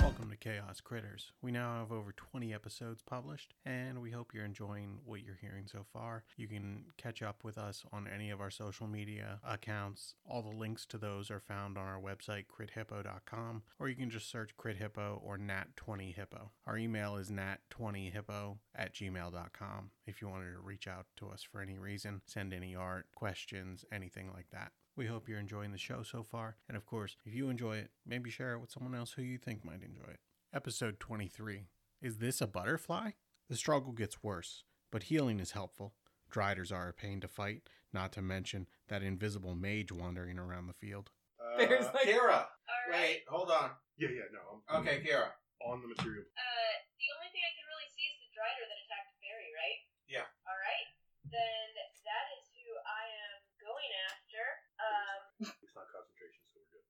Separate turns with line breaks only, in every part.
Welcome to Chaos Critters. We now have over 20 episodes published, and we hope you're enjoying what you're hearing so far. You can catch up with us on any of our social media accounts. All the links to those are found on our website, crithippo.com, or you can just search Crit Hippo or Nat20Hippo. Our email is nat20hippo at gmail.com if you wanted to reach out to us for any reason, send any art, questions, anything like that. We hope you're enjoying the show so far. And of course, if you enjoy it, maybe share it with someone else who you think might enjoy it. Episode 23 Is this a butterfly? The struggle gets worse, but healing is helpful. Driders are a pain to fight, not to mention that invisible mage wandering around the field.
Uh,
There's like-
Kira.
All right.
Wait, hold on.
Yeah, yeah, no. I'm,
Okay, Kira.
I'm on the material.
Uh, the only thing I can really see is the drider that attacked Barry, right?
Yeah.
All right. Then that is who I am going after. Um,
It's not concentration, so we're good.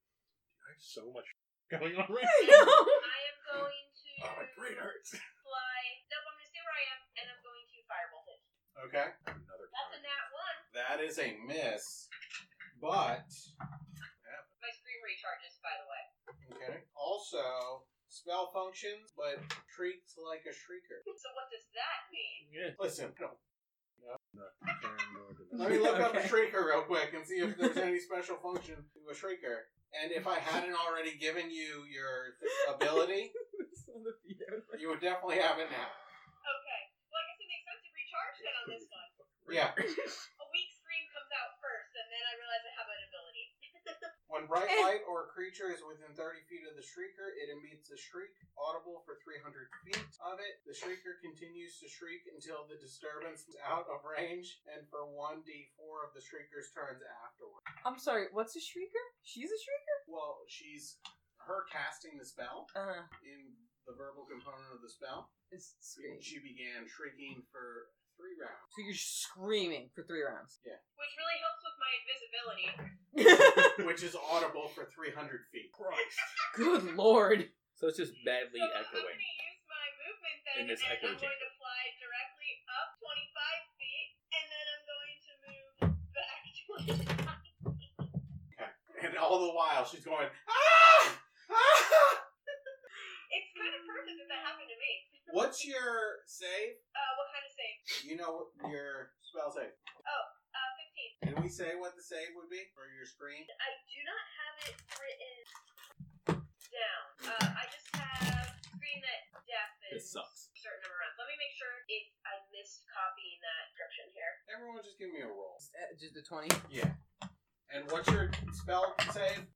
I have so much going on right
I
now.
know.
I am going to
Oh, my brain hurts.
fly. Nope, I'm going to stay where I am, and I'm going to firebolt it.
Okay.
Another
That's a nat one.
That is a miss, but
My scream recharges, by the way.
okay. Also, spell functions, but treats like a shrieker.
So what does that mean?
Listen, let
card.
me look up a
Okay.
shrieker real quick and see if there's any special function to a shrieker. And if I hadn't already given you your ability, you would definitely have it now.
Okay. Well, I guess it makes sense to recharge then on this one.
Yeah.
A weak scream comes out first, and then I realize I have an ability.
When bright
Eh.
light or a creature is within 30 feet of the shrieker, it emits a shriek audible for 300 feet of it. The shrieker continues to shriek until the disturbance is out of range and for 1d4 of the shrieker's turns afterward.
I'm sorry. What's a shrieker? She's a shrieker.
Well, she's her casting the spell
Uh,
in the verbal component of the spell.
it's scream.
She began shrieking for three rounds.
So you're screaming for three rounds.
Which really helps with my invisibility.
Which is audible for 300 feet.
Good lord.
So it's just badly
So I'm going
echoing.
to use my movement then,
In this
and
echo
I'm going
chamber.
to fly directly up 25 feet, and then I'm going to move back 25
And all the while, she's going, ah! Ah!
It's kind of perfect that that happened to me.
What's your save?
Uh, what kind of save?
You know your spell save.
Uh, 15.
Can we say what the save would be for your screen?
I do not have it written down. Uh, I just have screen that
This
deafens
sucks.
a certain number of rounds. Let me make sure if I missed copying that description here.
Everyone just give me a roll.
Uh, Just a 20.
Yeah. And what's your spell save?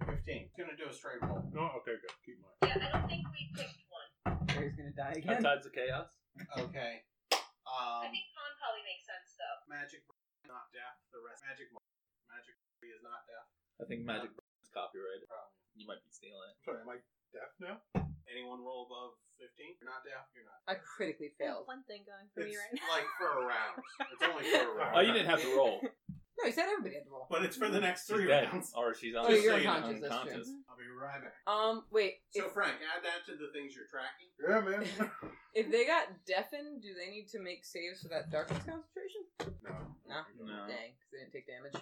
15.
15. Gonna do a straight roll.
No, okay, good. Keep mine.
Yeah, I don't think we picked one.
Barry's gonna die
How
again.
tides of chaos?
Okay.
I
Um,
think Pond probably makes sense though.
magic is not death. The rest magic magic is not death.
I think Magic is copyrighted.
Probably.
You might be stealing it.
Sorry, am I deaf now?
Anyone roll above 15? You're not deaf. You're not.
I critically failed.
One thing going
It's like for a round. It's only for a round.
Oh, you didn't have to roll.
No, he said everybody had to roll.
But it's for the next
She's
three
dead.
rounds.
Or she's
Oh,
on
you're
saying,
unconscious. That's
unconscious.
true.
I'll be right back.
Um, wait.
So
if,
Frank, add that to the things you're tracking.
Yeah, man.
if they got deafened, do they need to make saves for that darkness concentration?
no.
No.
No.
Dang, 'cause they didn't take damage.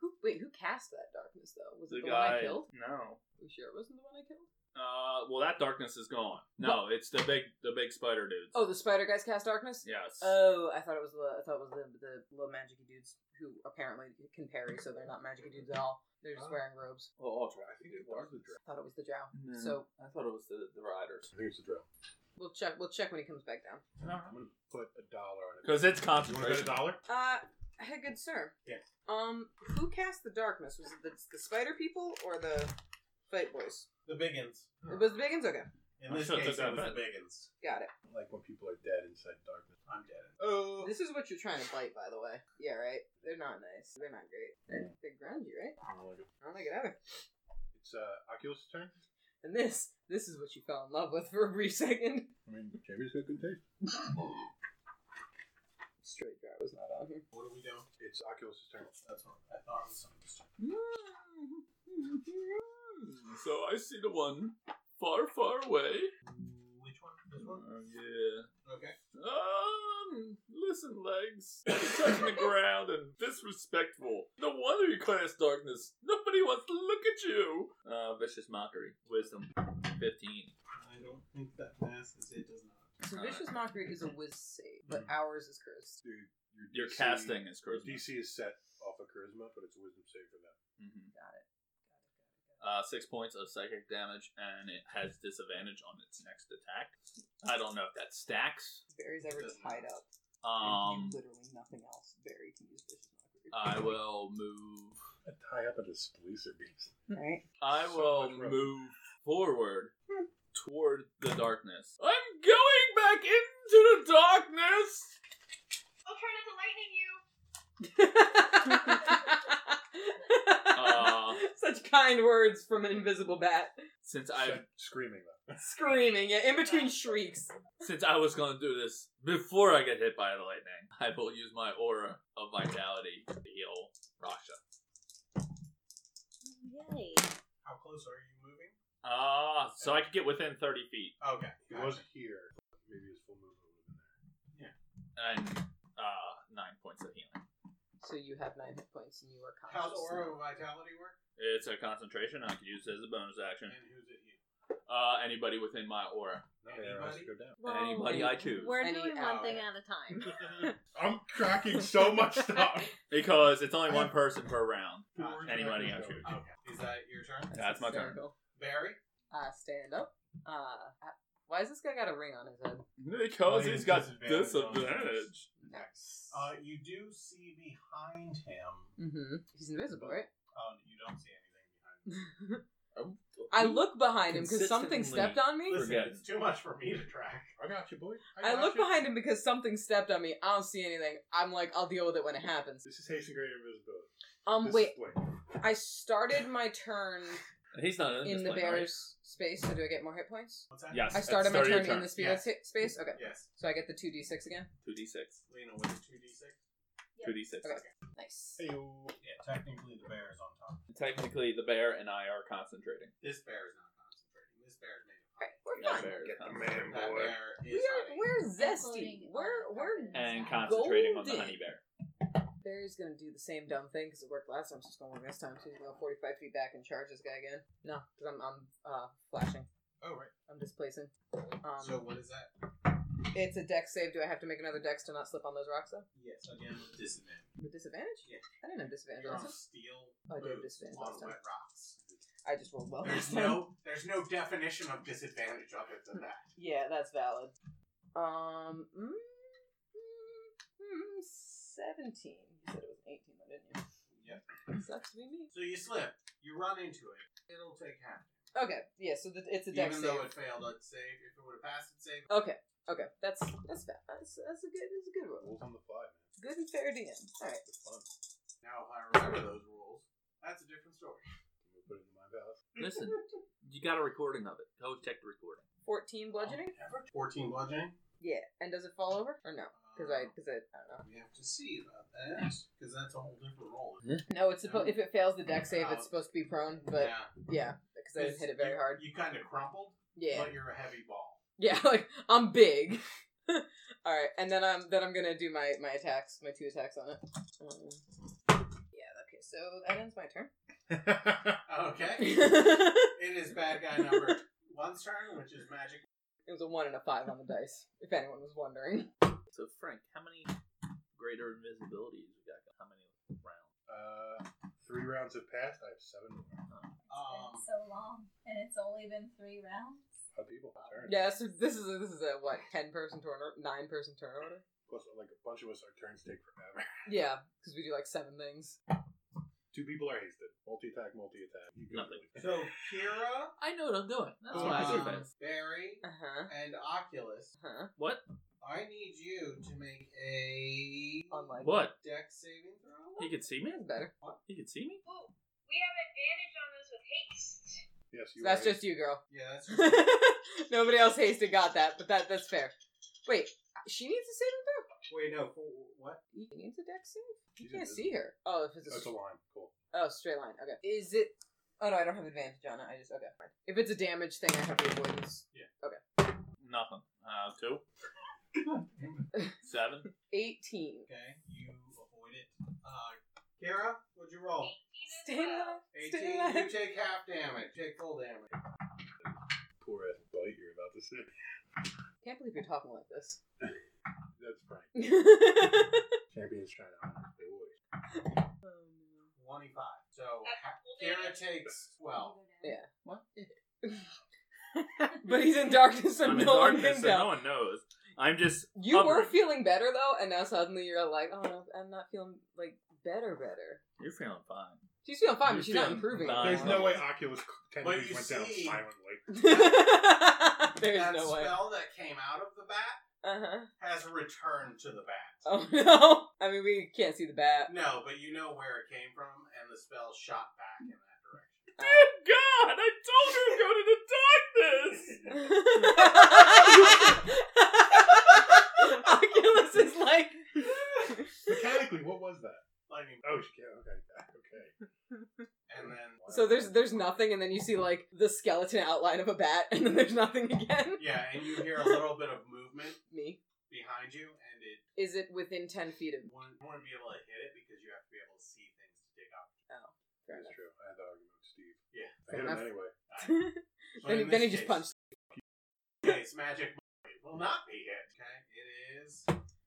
Who? Wait, who cast that darkness though? Was
The
it the one I
guy.
killed?
No.
Are you sure it wasn't the one I killed?
Uh, well, that darkness is gone. No, it's the big, the big spider dudes.
Oh, the spider guys cast darkness.
yes.
Oh, I thought it was the I thought it was the the little magicy dudes who apparently can parry, so they're not magicy dudes at all. They're just
Oh.
wearing robes.
well, I'll try.
I think it was the drow.
I thought it was the drow.
No.
So
I thought it was the the riders.
I think it's the drow.
we'll check. We'll check when he comes back down.
I'm gonna put a dollar on it.
Because it's
You wanna bet a
concentration.
dollar?
Uh, hey, good sir.
Yeah.
Um, who cast the darkness? Was it the, the spider people or the fight boys?
The biggins.
It was the Biggins. Okay,
In
I
this
should've
case,
took
it was
that bet.
the biggins.
got it.
Like when people are dead inside darkness.
I'm dead. Oh.
This is what you're trying to bite, by the way. Yeah, right. They're not nice. They're not great. They're, they're grungy, right?
I don't like it.
I don't like it either.
It's uh, Oculus' turn.
And this, this is what you fell in love with for a brief second.
I mean, Jamie's got good taste.
Straight guy was not on here.
What are we doing?
It's Oculus' turn.
That's what I thought. It was something.
So I see the one far, far away.
Which one? This
Uh,
one?
yeah.
Okay.
Um, listen, legs. Touching the ground and disrespectful. No wonder you class darkness. Nobody wants to look at you. Uh, vicious mockery. Wisdom. 15.
I don't think that passes. It does not.
So vicious mockery is a
Mm-hmm.
whiz save, but ours is cursed.
Dude,
Your
DC
casting is
Your
charisma.
DC is set off of charisma, but it's a wisdom save for that.
Mhm.
Got it.
Uh, six points of psychic damage, and it has disadvantage on its next attack. I don't know if that stacks.
Barry's ever
Doesn't
tied up.
Um,
and literally nothing else. Barry can use vicious mockery.
I will move.
I tie up a displacer beast.
Uh,
right?
I
So
will
much rope.
move forward toward the darkness. I'm going back into the darkness.
I'll turn into lightning you.
Uh,
Such kind words from an invisible bat.
Since I
Said screaming though.
Screaming, yeah, in between shrieks.
since I was going to do this before I get hit by the lightning, I will use my aura of vitality to heal Rasha.
Yay.
How close are you moving?
Ah, so I could get within thirty feet,
Okay.
He
gotcha.
was here. Maybe his full movement would have been there.
and uh, nine points of healing.
So you have nine hit points and you are
How's
conscious.
aura of vitality work?
It's a concentration. I could use it as a bonus action.
And who's it you?
Uh, anybody within my aura.
No, the arrows
Anybody?
go down.
Anybody I choose.
We're
Any
doing
hour.
one thing at a time.
I'm cracking so much stuff.
Because it's only one person per round.
Gotcha.
Anybody I choose.
Okay. Is that your turn?
That's my turn.
hysterical.
Barry?
Uh, stand up. Uh, uh, why has this guy got a ring on his head?
Because
Well,
Oh, he's got
disadvantage on
disadvantage.
Nice.
Uh, you do see behind him.
mm-hmm. He's invisible, right?
Um, you don't see anything behind him.
I look behind him because something
Consistently.
stepped on me.
Listen,
Forget.
it's too much for me to track.
I got you, boy.
I
got
"Oh,
look
you.
behind him because something stepped on me. I don't see anything. I'm like, I'll deal with it when it happens.
This is Hasten Greater Invisibility.
Um,
This
wait.
Is Blake.
I started my turn
He's not in,
in
this
the
plane, right?
bear's space, so do I get more hit points?
What's that?
Yes.
I
It's
started my
start of your
turn, in
turn.
the spirit
Yes.
si- space. Okay,
Yes.
so I get the two d six again.
Two d six.
Lena with a 2d6.
Two d six.
Okay. Nice.
Hey-o.
Yeah, technically the bear is on top.
Technically, the bear and I are concentrating.
This bear is not concentrating. This bear is made of
Alright, we're
The
done.
bear is
The
concentrating.
man,
That
boy.
bear
We
is
are
hiding.
we're zesty.
Including, uh,
We're we're
darkness.
And concentrating on the
Golden.
honey bear.
Barry's gonna do the same dumb thing because it worked last time. So it's gonna work this time. So he's gonna go forty five feet back and charge this guy again. No, because I'm I'm uh flashing.
Oh, right.
I'm displacing. Um,
So what is that?
it's a deck save. Do I have to make another dex to not slip on those rocks though?
Yes, again with disadvantage.
With disadvantage?
Yeah.
I didn't have disadvantage.
You're
last
on
time.
steel
Oh, I did have
boots
disadvantage
on
last time.
wet rocks.
I just rolled well.
There's no there's no definition of disadvantage other than that.
Yeah, that's valid. Um, mm, mm, mm, seventeen. You said it was eighteen, though, didn't
Yep.
you? Sucks to be me.
So you slip, you run into it. It'll take half.
Okay, yeah. So the, it's a deck
Even
save.
though it failed on save, if it would have passed its save,
Okay, okay. That's that's fa- that's, that's a good that's a good rule.
Rules on the fly, man.
Good and fair DM. All right.
It's fun.
now if I remember those rules, that's a different story.
We'll put it in my palace.
Listen, you got a recording of it. Go check the recording.
Fourteen bludgeoning.
Fourteen bludgeoning.
Yeah, and does it fall over or no? Because I because I, I
Um, we have to see about that because that's a whole different role.
don't know. No, it's supposed if it fails the deck save, it's supposed to be prone. But
yeah,
yeah, because I didn't hit it very
you,
hard.
You kind of crumpled,
Yeah,
but you're a heavy ball.
yeah. Like I'm big. All right, and then I'm then I'm gonna do my my attacks, my two attacks on it. Um, yeah. Okay. So that ends my turn.
Okay,
it
it is bad guy number one's turn, which is magic.
was a one and a five on the dice. If anyone was wondering.
So Frank, how many greater invisibilities we got? How many rounds?
Uh, three rounds have passed. I have seven more.
Um,
so long, and it's only been three rounds.
How people turn.
Yeah, so this is a, this is a what ten person turn nine person turn order.
Plus, like a bunch of us, our turns take forever.
Yeah, because we do like seven things.
Two people are hasted. Multi attack, multi attack. You go Oh,
Nothing.
really-
so Kira,
I know what I'm doing. That's why I do
um,
fast.
Barry,
Uh huh.
and Oculus.
Huh.
What?
I need you to make a
Unlike
What?
deck saving throw.
He could see me.
that's better.
He could see me.
Ooh, we have advantage on those with haste.
Yes, you.
that's
are
just you, girl.
Yeah, that's
Nobody else hasted got that, but that that's fair. Wait, she needs a saving throw.
wait. No, for- what?
He needs a deck save. You
She's
can't
invisible.
see her. Oh, if it's a,
That's a line. Cool.
oh straight line. Okay. Is it Oh no, I don't have advantage on it. I just okay. fine. If it's a damage thing, I have the avoidance.
Nothing. Uh, two. Seven.
Eighteen.
Okay, you avoid it. Uh, Kara, what'd you roll?
Stay
uh,
alive. Stay
18. You
alive.
take half damage. Take full damage.
Poor ass bite you're about to see.
Can't believe you're talking like this.
That's fine. Champions trying to honor their voice.
25. So, ha- Kara takes 12.
yeah.
What?
but he's in darkness, so
I'm in
no one
darkness,
can
so
tell.
no one knows. I'm just.
You were
hovering.
feeling better though, and now suddenly you're like, oh no, I'm not feeling like better, better.
You're feeling fine.
She's feeling fine,
You're
but she's not
feeling
improving.
fine.
There's
Uh,
no way Oculus
Well,
technically
you
went down
see-
silently.
There's
that
no way. Uh-huh. Uh
spell that came out of the bat
huh.
has returned to the bat.
Oh no! I mean, we can't see the bat.
No, but you know where it came from, and the spell shot back in that direction.
Dear God! I told her to go to the darkness!
Oculus is like,
Mechanically, what was that?
Lightning.
Oh, she can't. Okay, okay.
And then.
so there's there's nothing, and then you see like the skeleton outline of a bat, and then there's nothing again.
Yeah, and you hear a little bit of movement
Me.
behind you, and it
Is it within ten feet of me?
wouldn't, wouldn't be able to hit it because you have to be able to see things to dig up.
Fair
That's true. I had the argument with Steve.
Yeah.
I hit
enough.
him anyway.
enough.
But
then he,
in
then he
this
just
case-
punched.
Case magic it will not be hit. Okay, it is.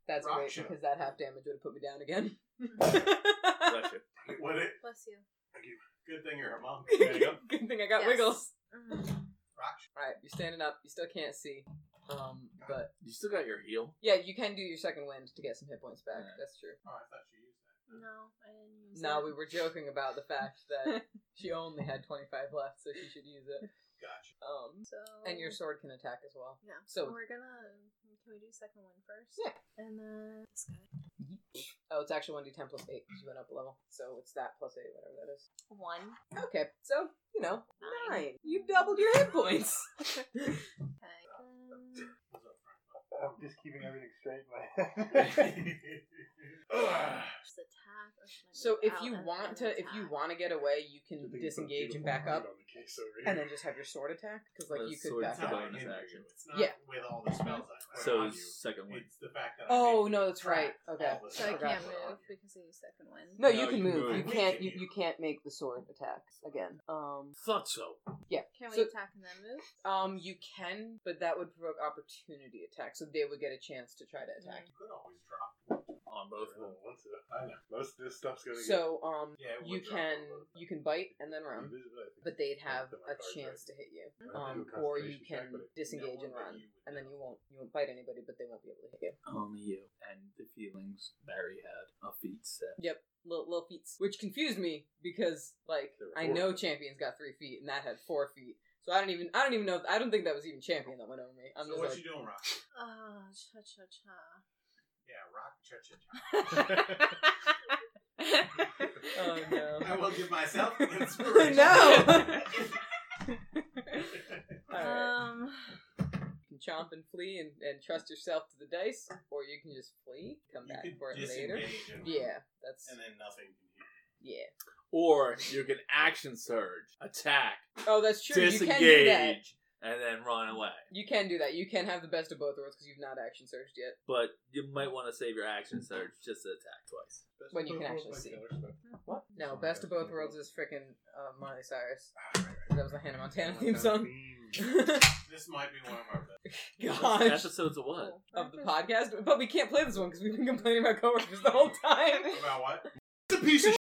That's
Rock
great
show.
because that half damage would have put me down again.
Bless you.
Would it?
Bless you.
Good thing you're a monk.
There you go.
Good thing I got
Yes.
wiggles.
Mm-hmm.
Rock sh-
All right, you're standing up. You still can't see, um, but
You still got your heel?
yeah, you can do your second wind to get some hit points back.
Yeah.
That's true.
Oh, I thought you used that.
No, I didn't use
No,
it.
we were joking about the fact that she only had 25 left, so she should use it.
Gotcha.
Um,
So.
and your sword can attack as well.
Yeah.
so-
So we're gonna. Can we do second one first?
Yeah.
And then this guy.
Oh, it's actually 1d10 plus 8 because you went up a level. So it's that plus 8, whatever that is.
One.
Okay, so, you know,
Nine.
9. You doubled your hit points.
Okay.
What's up, Frank?
I'm just keeping everything straight in my head. Ugh.
Just attack. or should I
so
move
if
out
you
and
want to,
then
if you
attack?
want to get away, you can
Good thing you put a
disengage and back
beautiful
up
heart on the case over here.
and then just have your sword attack because, like,
Well,
you
the
could
sword's
back
It's not
up.
a
in
bonus
you.
action.
It's not
Yeah.
with all the spells I put
So,
on you.
second one.
It's the fact that. I
Oh,
made
no,
you
that's right.
track
Okay.
all the
So I
spells
can't
put on
move
you.
because I use second one.
No,
No,
you can
you
move.
move.
You
We
can't.
can
You,
move.
you can't make the sword attack again. Um.
Thought so.
Yeah.
Can we
So-
attack and then move?
Um, you can, but that would provoke opportunity attack, so they would get a chance to try to attack.
You could always drop.
On both of them.
Well, once, uh, I know. Most of this stuff's gonna
So, um,
Yeah, it would
you
drop
can
over.
you can bite and then
get
Mm-hmm.
run,
invisible, I think.
but they'd have
Look at my
a
cards,
chance to
right?
hit you.
I have to do
Um,
a
or you
concentration check,
can
but it-
disengage and run, and then you won't you won't bite anybody, but they won't be able to hit you.
Only you and the feelings Barry had of feet set.
Yep, little, little feet, which confused me because like
There were
I
four.
know champions got three feet and that had four feet, so I don't even I don't even know I don't think that was even champion that went over me. I'm
so
just
what
like,
you doing, Rock?
Ah, cha cha cha.
Yeah, Rock cha cha cha.
oh no.
I will give myself an inspiration.
no. Alright.
Um,
You can chomp and flee and, and trust yourself to the dice, or you can just flee, come
You
back
could
for it later.
disengage and-
Yeah, that's
And then nothing can hit
yeah.
Or you can action surge, attack,
Oh, that's true. You can do that.
disengage, and then run away.
You can do that. You can have the best of both worlds because you've not action surged yet.
But you might want to save your action surge just to attack twice.
Best
when
of
you
both
can
worlds
actually
by
see.
Taylor Swift.
What? No,
Sorry,
best of
that's
both worlds is freaking uh, Miley Cyrus.
Ah, right, right.
That was the Hannah Montana
Montana
theme song.
theme.
you. This might be one of our best.
Gosh.
Episodes of what?
cool.
Of the podcast, but we can't play this one because we've been complaining about coworkers the whole time.
About what?
It's a piece of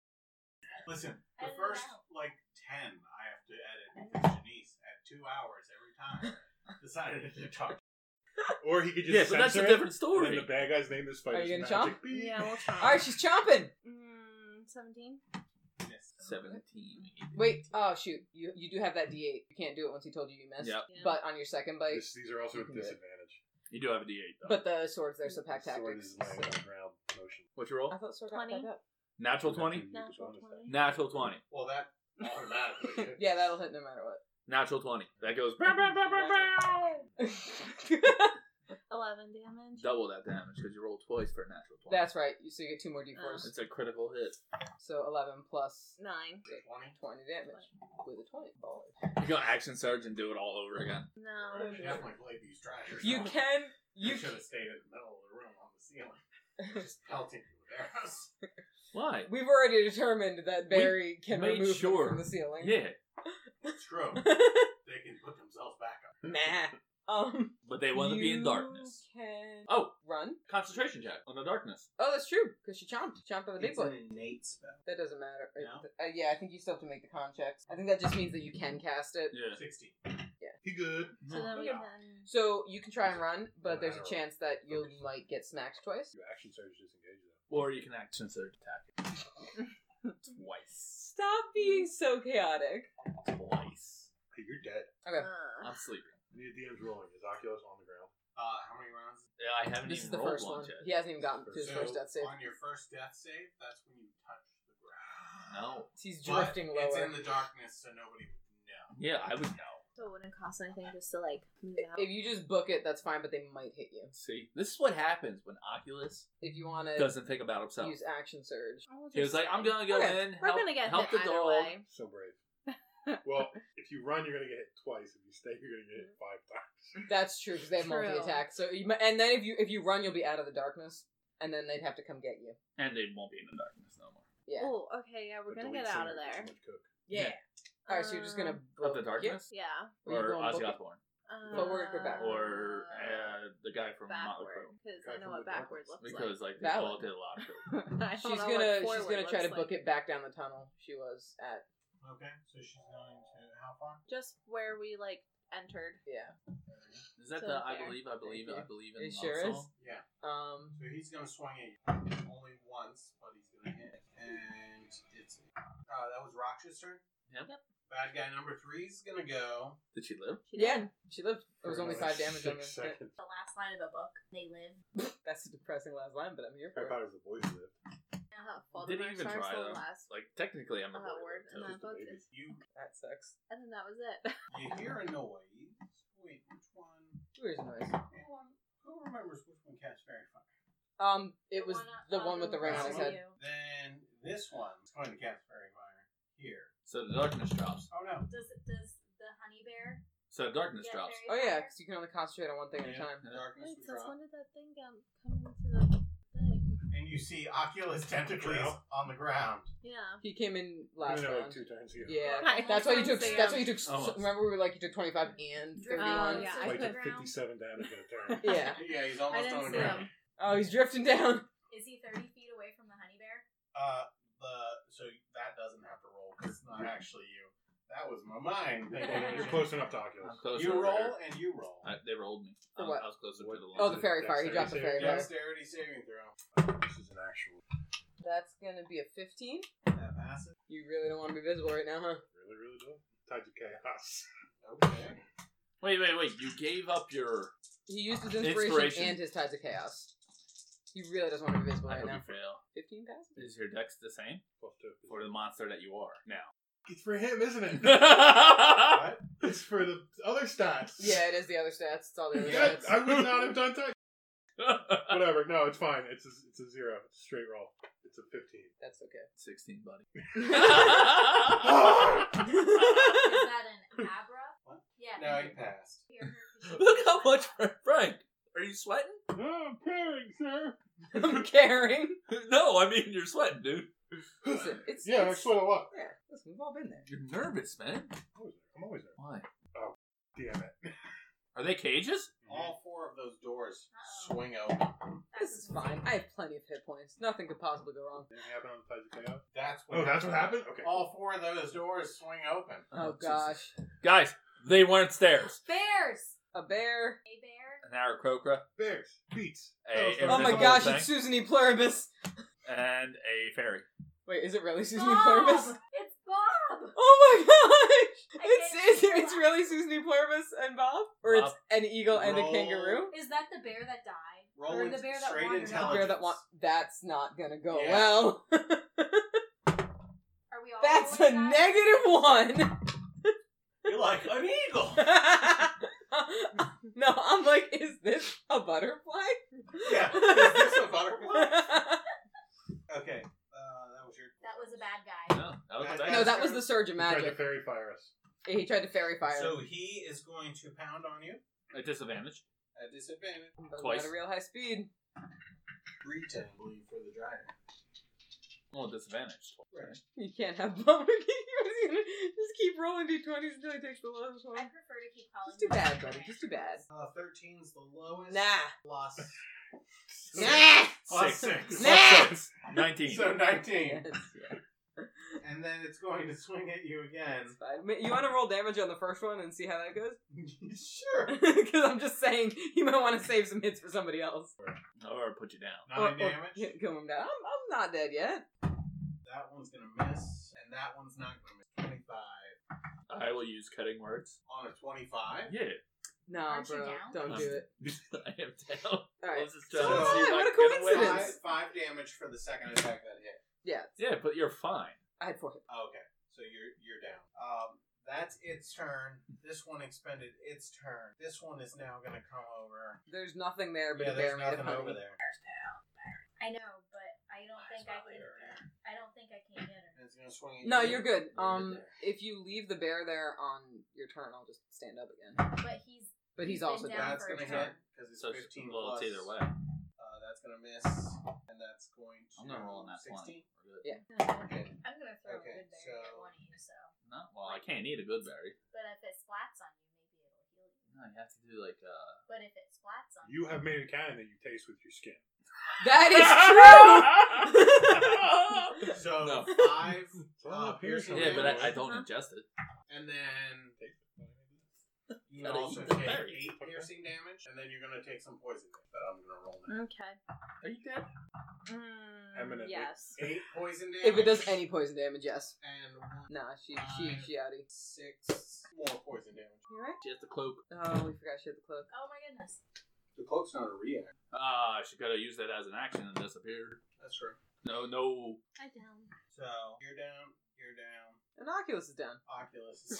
Listen, the
Edit it
first
out.
like ten I have to edit because Janice at two hours every time decided to talk.
shit. Or he could just
Yeah, but that's a
censor it,
different
and then
story.
the bad guy's name is
Are
Spider
you gonna
Magic
chomp?
Bee.
yeah, we'll try.
All right, she's chomping.
Mm, Seventeen.
Yes.
Seventeen.
Wait, oh shoot, you you do have that D8. You can't do it once he told you you missed.
Yep.
Yeah.
But on your second bite,
This, these are
You
also at
can do it.
disadvantage.
You do have a D8 though.
but the swords there's the pack
The sword
tactics.
is lying
so-
on the ground, motion.
What's your roll?
I thought sword got
20.
back up.
Natural
You
twenty.
have to use the
Natural
bonus
twenty.
action.
Natural twenty.
Well, that automatically.
Yeah, that'll hit no matter what.
Natural twenty. That goes. bow, bow, bow, bow, bow.
Eleven damage.
Double that damage because you roll twice for a natural 20.
That's right. You so you get two more d4s.
It's a critical hit.
So eleven plus
Nine.
Twenty.
twenty damage with a twenty. Ball.
You go action surge and do it all over again.
No.
Definitely played these trashers.
You can
You
you
should have stayed in the middle of the room on the ceiling,
can,
just pelting you with arrows.
Why?
We've already determined that
We
Barry can
made
remove them
sure.
from the ceiling.
Yeah,
It's true. They can put themselves back up.
nah. Um.
but they want to be in
you
darkness.
Can
Oh,
run.
concentration check on the darkness.
Oh, that's true. Because she chomped. Chomped on the big boy.
innate spell.
That doesn't matter. It-
No?
uh, yeah, I think you still have to make the con checks. I think that just means that you can cast it.
Yeah.
Sixteen.
He good.
So then we
Yeah.
can.
So you can try and run, but there's a
Wow.
chance that you might get smacked twice.
Your action surge disengage though.
Or you can action surge attack it. twice.
Stop being so chaotic.
Twice.
Hey, you're dead.
Okay.
Uh,
I'm sleeping.
I need a DM's rolling. Is Oculus on the ground?
Uh, how many rounds?
Yeah, I haven't
This is
even
the
rolled
first
one
one.
yet.
He hasn't even gotten to his
So,
first death save.
On your first death save, that's when you touch the ground.
No.
He's
But
drifting
It's
lower.
in the darkness, so nobody would know.
Yeah, I would know.
so it wouldn't cost anything just to like move out.
If you just book it, that's fine, but they might hit you.
See, this is what happens when Oculus
If you want to
doesn't think about himself.
use action surge.
I'll
He
just
was
say,
like, I'm gonna go
Okay,
in,
We're
help,
gonna get
help
hit
the
either
dog.
way.
So brave. well, if you run, you're gonna get hit twice. If you stay, you're gonna get hit five times.
That's true because they have
True.
multi attack. So you, mi- and then if you if you run, you'll be out of the darkness, and then they'd have to come get you.
And they won't be in the darkness no more.
Yeah.
Oh, okay. Yeah, we're
But
gonna
don't
get
eat
out
so
of
much,
there.
so much cook.
Yeah.
All right, so you're just gonna
Um,
Of the
book
darkness?
Yeah.
Or you're
Or
going
Ozzy
book-
Osbourne.
Uh,
But we're good back.
Or uh, the guy from Motley
backward
Crue.
because
Guy
I know
from
what
the
backward
Darkness.
looks
Because like they
That
all
one.
did a lot of coke.
like.
She's gonna she's gonna try to book it back down the tunnel she was at.
Okay, so she's going to how far?
Just where we like entered.
Yeah.
Is that
So
the I
fair.
believe, I believe,
Thank
I
you.
believe in
It
love
sure is.
song?
Yeah.
Um.
So he's gonna swing at you only once, but he's gonna hit. And it's uh, that was Roxas' turn.
Yep.
Yep.
Bad guy number three's gonna go.
Did she live?
She
Yeah,
did.
she lived. It was
For
only
another
five damage on
six
this. hit.
seconds.
The last line of a book. They live.
That's a depressing last line, but I'm here
I
for it.
thought it was the boys lived.
Uh,
Didn't
Voldemort
even
starts
try,
the
though.
last
Like technically, I'm
uh,
a boy.
word in
so-
that book.
baby.
Is,
You
That sucks.
and then that was it.
you hear a noise. Wait, which one?
Where's the noise?
Who one- Who remembers which one catch fairy fire?
Um, it was
one up
the
on
one um, with the ring on
right
his
side.
head.
Then this one's going to catch fairy fire here.
So the darkness drops.
Oh no.
Does does the honey bear?
So the darkness
Yeah,
drops.
very-
Oh yeah, because you can only concentrate on one thing at a
Yeah.
time.
The darkness
Wait,
would
since
drop.
when did that thing um, come into the thing?
And you see Oculus tentacles
Ground.
on the ground.
Yeah.
He came in
I
last
mean, like
round.
two turns ago.
Yeah,
Hi.
that's why you took.
Sam.
That's why you took.
Almost.
Remember, we were like you took twenty five and thirty one.
Oh, yeah, I
I
put
took
ground.
57 damage in a turn.
yeah.
Yeah, he's
I
almost on
didn't
the
see
ground.
him.
Oh, he's drifting down.
Is he thirty feet away from the honey bear?
Uh, the so that doesn't have to roll 'cause it's not actually you. That was my mind.
Well,
thinking.
you're close enough to Oculus.
I'm closer.
you roll
there.
and you roll.
I, they rolled me.
For
I,
what?
I was closer
What-
to the line.
Oh, the fairy fire. He
Dexterity
dropped the fairy
Dexterity saving
fire.
saving
throw.
This is an actual
That's gonna be a fifteen.
That passes.
You really don't want to be visible right now, huh?
really, really low. Tied to chaos.
Okay.
Wait, wait, wait. You gave up your.
He used his inspiration,
Inspiration.
and his tides of chaos. He really doesn't want to be visible right
I hope
now.
you fail.
Fifteen passes.
Is your dex the same
Plus two.
for the monster that you are
It's for him, isn't it?
now?
What?
it's for the other stats.
Yeah, it is the other stats. It's all the other
Yeah,
stats.
I would not have done tight. Whatever. No, it's fine. It's a, it's a zero. It's a straight roll. It's a 15.
That's okay.
Sixteen, buddy.
Is that an abra?
What?
Yeah.
No, he passed.
Look how much Frank. Are you sweating?
Oh, I'm caring, sir.
I'm caring.
No, I mean you're sweating, dude.
Listen, it's
Yeah, I
it's-
sweat a lot.
Yeah, listen, we've all been there.
You're nervous, man.
I'm always there. I'm always there.
Why?
Damn it.
Are they cages?
Mm-hmm.
All four of those doors
Uh-oh.
swing open.
This is fine. I have plenty of hit points. Nothing could possibly go wrong.
Didn't happen on the Tides of Chaos.
That's what.
Oh, that's what happened? Okay.
All four of those doors swing open.
Oh,
Jesus.
gosh,
Guys, they weren't stairs.
Bears.
a bear.
A bear.
An Aracocra,
Bears. Beats.
Hey,
That was
Oh
the
my
whole
gosh,
thing?
it's Susan E. Pluribus.
and a fairy.
Wait, is it really Susan E.
Bob!
Pluribus?
It's Bob.
Oh my gosh!
I can't
It's, it's,
see
it's
why.
really Susan E. Pluribus and Bob? Or it's
Bob.
an eagle and
Roll.
a kangaroo?
Is that the bear that died?
Roll
or
in
the bear that
straight
wandered
The
out?
bear
intelligence.
that want That's not gonna go
Yeah.
well.
Oh Are we all
That's a
rolling that?
negative one!
You're like an eagle.
I'm No, I'm like, is this a butterfly?
Yeah, is this a butterfly? Okay, uh, that was your.
That was a bad guy.
No, Oh, that was
No,
a bad.
no, that was the Surge of
Tried to
Magic.
fairy fire us.
He tried to fairy fire.
So he is going to pound on you
a disadvantage.
at disadvantage,
But
twice.
Not a real high speed.
reasonably for the dragon.
Well, disadvantage.
Right.
You can't have bummer. just keep rolling d20s until he takes the lowest
I
one.
prefer to keep calling
Just too
him
bad,
a
buddy.
man.
Just too bad.
Uh, 13's the lowest.
Nah.
Plus.
Nah.
Plus
Six.
six.
Nah.
Six. Nineteen.
So 19.
Yes, yeah,
And then it's going to swing at you
it's
again.
fine. Ma- You want to roll damage on the first one and see how that goes?
sure.
Because I'm just saying, you might want to save some hits for somebody else.
or put you down.
Nine
Or- or
damage.
kill kill him down. I'm, I'm not dead yet.
That one's going to miss, and that one's not going to miss. 25.
I will use cutting words.
On a 25.
Yeah,
Nah,
Aren't you
bro.
down?
Don't do it.
I am down. I
Alright.
was just trying
So
to
am I,
see if
what
I
a
could get away.
Five,
coincidence.
five damage for the second attack that hit.
Yeah,
Yeah, but you're fine.
I had four hits.
Okay, so you're you're down. Um, that's its turn. This one expended its turn. This one is now going to come over.
There's nothing there but
Yeah,
a
there's
bear made of
nothing
honey.
over there.
I know, but I don't
Might as
think I
well leave
can.
her.
I don't think I can get her.
And it's going to swing at
No,
you.
you're
Leave
good.
it
Um,
there.
if you leave the bear there on your turn, I'll just stand up again.
But he's
But he's
He's been
also
down
dead.
That's
for
going to
a turn.
hit because it's
So it's,
15
well,
plus.
it's either way.
Uh, that's going to miss, and that's going to.
I'm not rolling that
16.
twenty. We're good.
Okay.
I'm gonna throw
Okay,
a good
so-
berry at one of you. So,
No, well, I can't eat a good berry.
but if it splats on you, maybe it'll heal you.
No, you have to do like uh.
But if it splats on
You have made a cannon that you taste with your skin.
That is true.
So
No.
five. uh,
Ah,
piercing
Yeah, but I,
damage,
I don't
Huh?
ingest it.
And then you
Gotta
also
eat the
take
berries.
eight piercing damage, and then you're going to take some poison damage that I'm going to roll now.
Okay.
Are you dead?
Mm.
Eminently.
yes.
Eight poison damage.
if it does any poison damage, yes.
And one,
Nah, she she she outie.
six more poison damage.
You alright?
She has the cloak.
Oh, we forgot she had the cloak.
Oh my goodness.
The cloak's not a react.
Ah, she could have used that as an action and disappeared.
That's true.
No, no.
I down.
So you're down. You're down.
And Oculus is down.
Oculus. Is,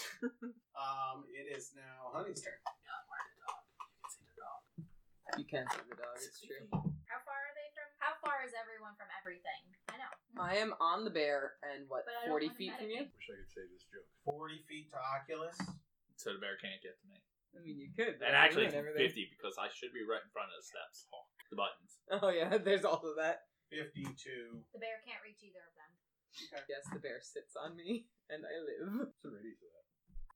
um, it is now Honey's turn.
You can see the dog. It's true.
How far are they from? How far is everyone from everything? I know.
I am on the bear and what
But I don't
forty
want to
feet from you.
medicate.
Wish I could say this joke.
Forty feet to Oculus.
So the bear can't get to me.
I mean, you could. but
And
I
actually,
ruined everything.
50 because I should be right in front of the steps. The buttons.
Oh yeah, there's also that.
Fifty-two.
The bear can't reach either of them.
Okay.
Yes, the bear sits on me and I live.
It's already to that.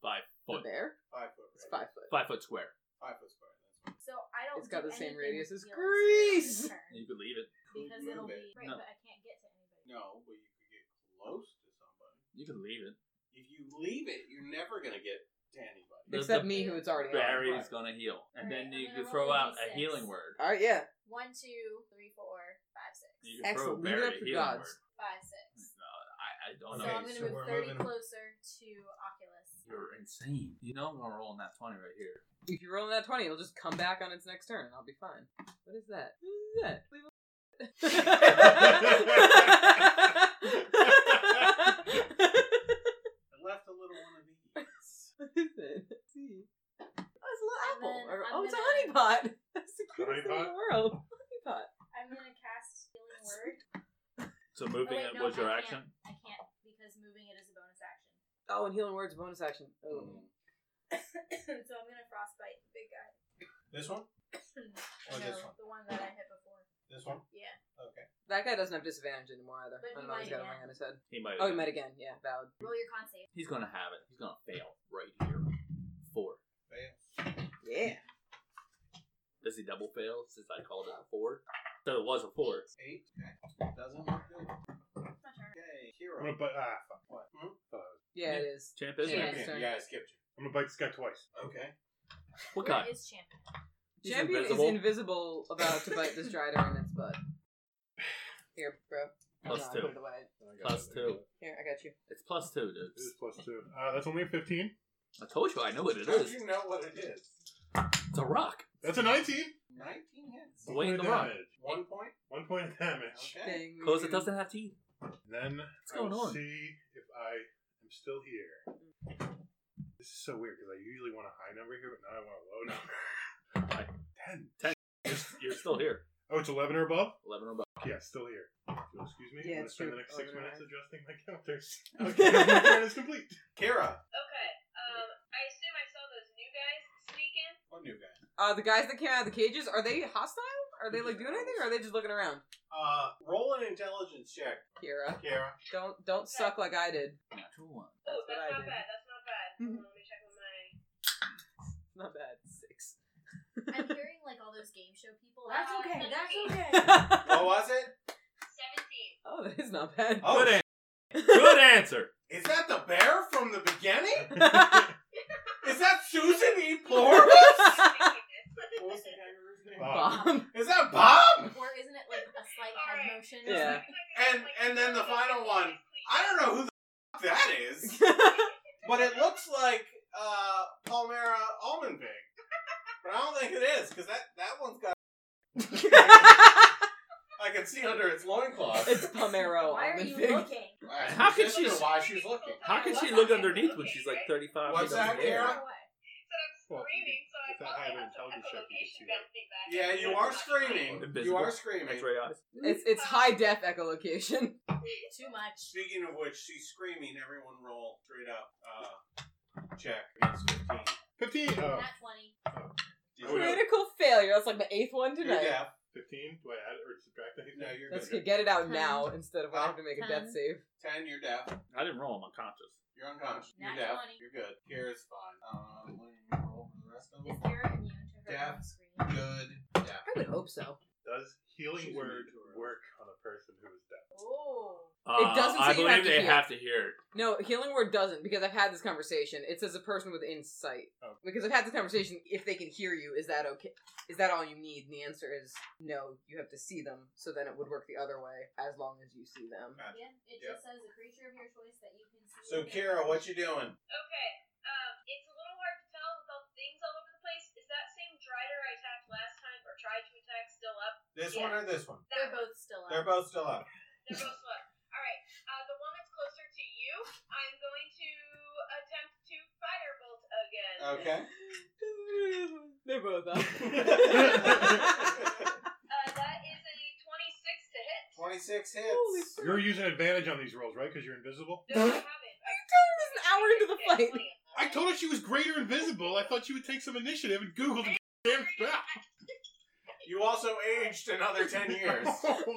Five
The
foot.
bear?
Five foot.
It's
radius.
five foot.
Five foot square.
Five foot square. That's
So I don't.
It's got
do
the same
anything
radius
with
as
healing spirit
Grease!
this turn,
You could leave it.
Could
Because
move
it'll
it.
be right,
No.
but I can't get to anybody.
No, but you could get close to somebody.
You could leave it.
If you leave it, you're never gonna get to anybody.
The-
Except
the
me who it's already on.
Barry
right.
is gonna heal, and
Alright,
then you
I'm gonna
could throw
roll a
out a
D6.
healing word.
Alright, Uh, yeah.
One, two, three, four, five, six,
You could
Excellent.
throw
Leave it
Barry
up to
a healing
gods.
word.
five, six.
No, I, I don't
Mm.
so
Okay,
know.
I'm gonna
so
move
we're
thirty
moving-
closer to Oculus.
You're insane. You know I'm rolling that twenty right here.
If you roll in that 20, it'll just come back on its next turn and I'll be fine. What is that? What is that? Leave a-
I left a little one of these.
what is it? Let's see. Oh, it's a little apple.
And then
Or,
I'm
oh, it's a
gonna-
honey pot. That's the
Honey
cutest thing in
pot?
the world. Honey pot.
I'm gonna cast healing word.
So
Oh,
moving
wait,
it
no,
was your
I
action.
can't. I can't because moving it is a bonus action.
Oh, and healing words bonus action. Oh.
Hmm.
so I'm gonna frostbite the big guy.
This one. Or
no,
this one.
the one that I hit before.
This one.
Yeah.
Okay.
That guy doesn't have disadvantage anymore either.
But
I
he
don't know. He's got a
might again.
ring on his head.
He might.
Oh, he might again. Yeah, valid.
Roll your con save.
He's gonna have it. He's gonna fail right here. Four.
Fail.
Yeah.
Does he double fail since I called it a four? So it was a four.
Eight. Okay. Doesn't look good.
It's my turn.
Okay.
I'm
Hero.
gonna bite. Ah, fuck.
What? Hmm?
Yeah, it is.
Champ is
Yeah.
yeah.
Yes, sir.
yeah, I skipped you.
I'm gonna bite this guy twice.
Okay.
What
Where
guy?
is champion?
He's
Champion
invisible.
is invisible about to bite this drider in its butt. Here, bro.
Plus
No, I
two.
put it away.
I got
Plus
it.
two.
Here, I got you.
It's plus two,
It is
dudes.
plus two. Uh, that's only a 15.
I told you I know what it
How do
is.
you know what it is?
It's a rock.
That's a 19.
19 hits.
Wait,
One point of
come on.
damage.
One point.
One point of damage.
Okay.
Ding.
Close it doesn't have teeth.
Then
What's
I will
going on?
see if I am still here. This is so weird because I usually want a high number here, but now I want a low number.
Hi.
Ten.
You're, s- you're still here.
Oh, it's eleven or above.
11 or above.
Yeah, still here. You'll excuse me.
Yeah,
I'm gonna
it's
spend
true.
the next six
Eleven or
minutes
nine.
adjusting my counters. Okay, my turn is complete.
Kara.
Okay. Um, I assume I saw those new guys sneak in.
What new guy?
Uh, the guys that came out of the cages, are they hostile? Are they like doing anything or are they just looking around?
Uh, roll an intelligence check,
Kira,
Kara.
don't don't suck like I did.
Natural one.
That's
Oh,
what I
that's not
did.
bad. That's not bad.
Mhm.
Let me check on my.
Not bad. Six.
I'm hearing like all those game show people.
That's
"Ah,
okay, that's
seventeen."
What was it?
17.
oh, that is not bad.
Oh,
Good, an- good answer.
Is that the bear from the beginning?
Bob.
Is that Susan E. Plorvis? What was the kangaroo's name?
Bob.
Uh, Is that Bob?
Or isn't it like a slight
Alright.
head motion? or
Yeah.
something?
And- and then the final one. I don't know who the f- that is, but it looks like uh, Palmera Almondvig. But I don't think it is, because that, that one's got. I can see under its loincloth.
it's Pomero.
Why
on
are
the
you
thing.
looking?
Alright,
How could
just
she-
look at Why she's looking.
How can she look underneath when she's like 35?
What's
feet
that,
under the air?
Kara?
But I'm screaming, so I
If I
thought I
have an
have to
intelligence check, you can see
echolocation
that.
bounce back.
Yeah, you are screaming. You
Invisible.
are screaming.
X-ray eyes.
It's it's high def echolocation.
Too much.
Speaking of which, she's screaming. Everyone roll straight up. Uh, check against 15.
Fifteen. Oh,
Not
Did
20.
Oh, yeah.
you-
Critical failure. That's like my eighth one
You're
tonight.
deaf.
fifteen. Do I add it or subtract anything?
No, you're
That's
good.
good. Get it out
Ten.
now instead of when I have to make a
Ten.
death save.
10, you're deaf.
I didn't roll. I'm unconscious.
You're unconscious. You're
Nat
deaf.
20.
You're good. Kara's fine. Um, what did you roll for the rest of
Is
them?
Kara immune to her
Yeah.
own scream?
Good. Deaf.
I would hope so.
Does healing
She's
word
immune to her.
work on a person who is deaf?
Oh.
Uh,
doesn't
I
say you have
believe
to
they
hear.
have to hear it.
No, healing word doesn't because I've had this conversation. It says a person with insight.
Oh.
Because I've had this conversation. If they can hear you, is that okay? Is that all you need? And the answer is no. You have to see them. So then it would work the other way as long as you see them.
Gotcha.
Yeah, it
Yeah.
just says a creature of your choice that you can see.
So,
with your-
Kara, what you doing?
Okay. Um, it's a little hard to tell with all the things all over the place. Is that same Drider I attacked last time or tried to attack still up?
This
Yeah.
one or this one?
They're
That one.
both still up.
They're both still up.
They're both slow. All right. Uh, the one that's closer to you, I'm going to attempt to firebolt again.
Okay.
They're both up.
Uh, that is a 26 to hit.
26 hits.
Holy crap.
You're using advantage on these rolls, right? Because you're invisible.
No, I haven't. I
It's an hour into the fight.
I told her she was greater invisible. I thought she would take some initiative and Google the damn spell.
You also aged another 10 years.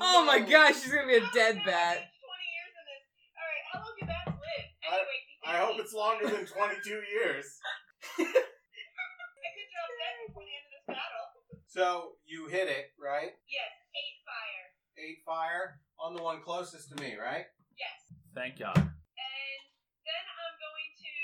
Oh my
no.
gosh, she's gonna be a dead bat.
Twenty years in this. All right, how long do bats live?
I-
Anyway,
I hope it's longer than 22 years.
I could drop dead before the end of this battle.
So, you hit it, right?
Yes, eight fire.
Eight fire on the one closest to me, right?
Yes,
Thank God.
and then I'm going to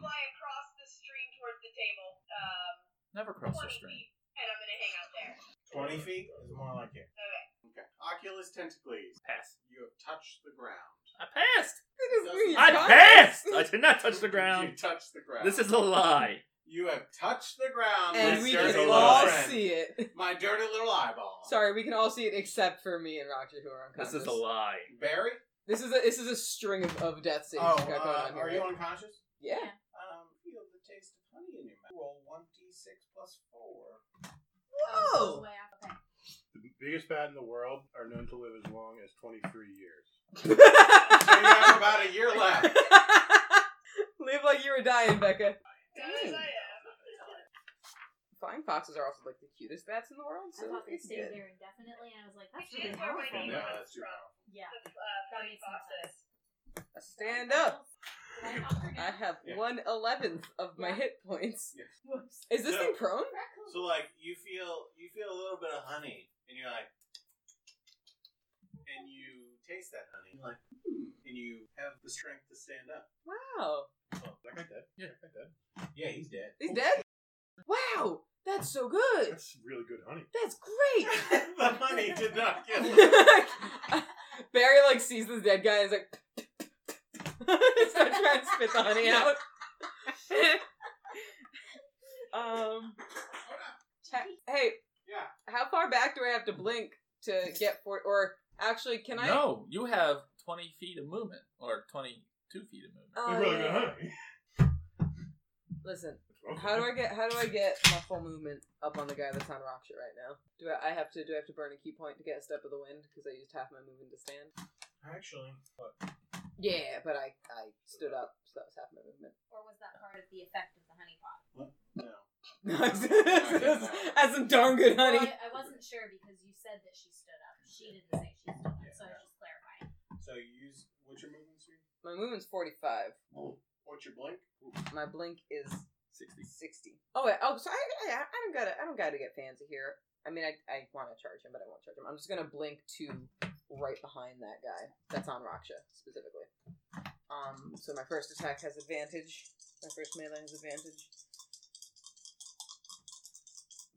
fly across the stream towards the table. Um,
Never cross the
twenty
stream.
feet, and I'm gonna hang out there.
20 feet is more like it.
Okay.
Okay. Oculus tentacles.
Pass.
You have touched the ground.
I passed.
They just knew you
I
got
passed.
it.
I did not touch
You
the ground.
touched the ground.
This is a lie.
You have touched the ground,
And
my
we
dirty
can
little
all
friend.
see it.
My dirty little eyeball.
Sorry, we can all see it except for me and Roger who are
This
unconscious.
is a lie.
Barry.
This is a this is a string of, of death saves
Oh,
you got going
uh,
on here.
are
right?
you unconscious?
Yeah.
Um, feel the taste of honey in your mouth. Roll one d six plus four.
Oh, it goes
Whoa.
way up. Okay.
The biggest bat in the world are known to live as long as 23 years.
So you have about a year left.
Live like you were dying, Becca.
Yes,
Dang.
I am.
Flying foxes are also like the cutest bats in the world,
I
so
thought they
it's
stayed
good.
there indefinitely, and I was like, that's
Which
really
is where my
powerful.
name
Yeah,
comes
that's true.
from.
Yeah.
The uh,
That
flying
makes some
foxes.
Stand up.
Did I knock her
I
down?
have
Yeah.
one eleventh of my
Yeah.
hit points.
Whoops.
Is this
So-
thing prone?
So like you feel you feel a little bit of honey, and you're like, and you taste that honey, you're like, "Hmm," and you have the strength to stand up. Oh,
Wow.
Is that guy dead? Yeah, that guy dead.
Yeah, he's dead.
He's dead? Wow. That's so good.
That's really good honey.
That's great.
the honey did not kill him.
Barry like sees this dead guy and is like starts trying to spit the honey out. um te- hey,
Yeah.
how far back do I have to blink to get for or actually can I
No, you have 20 feet of movement, or 22 feet of movement.
Oh,
That's really
yeah.
good honey.
Listen, How do I get how do I get my full movement up on the guy that's on rock shit right now? Do I, I have to do I have to burn a key point to get a step of the wind because I used half my movement to stand?
Actually,
Yeah, but I I stood up, so that was half my movement.
Or was that part of the effect of the honey pot?
no.
That's some darn good honey.
Well, I, I wasn't sure because you said that she stood up. She didn't say she stood up, so I was just clarifying.
So you use what's your movement speed?
My movement's forty five.
Oh, What's your blink?
My blink is
60.
sixty. Oh wait, oh so I, I I don't gotta I don't gotta get fancy here. I mean I I wanna charge him, but I won't charge him. I'm just gonna blink to right behind that guy. That's on Raksha specifically. Um so my first attack has advantage. My first melee has advantage.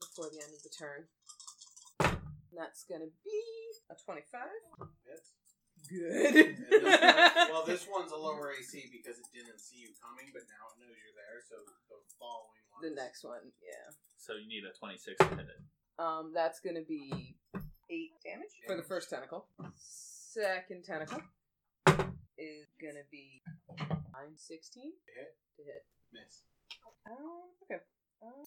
Before the end of the turn. And That's gonna be a twenty-five.
Hits.
Good.
And this one- well, this one's a lower AC because it didn't see you coming, but now it knows you're there, so the following one.
the next one, yeah.
So you need a 26 to hit it.
Um, that's gonna be eight damage for the
Damage.
first tentacle. Second tentacle is gonna be nine sixteen
To hit?
to hit.
Miss.
Um, okay. Um,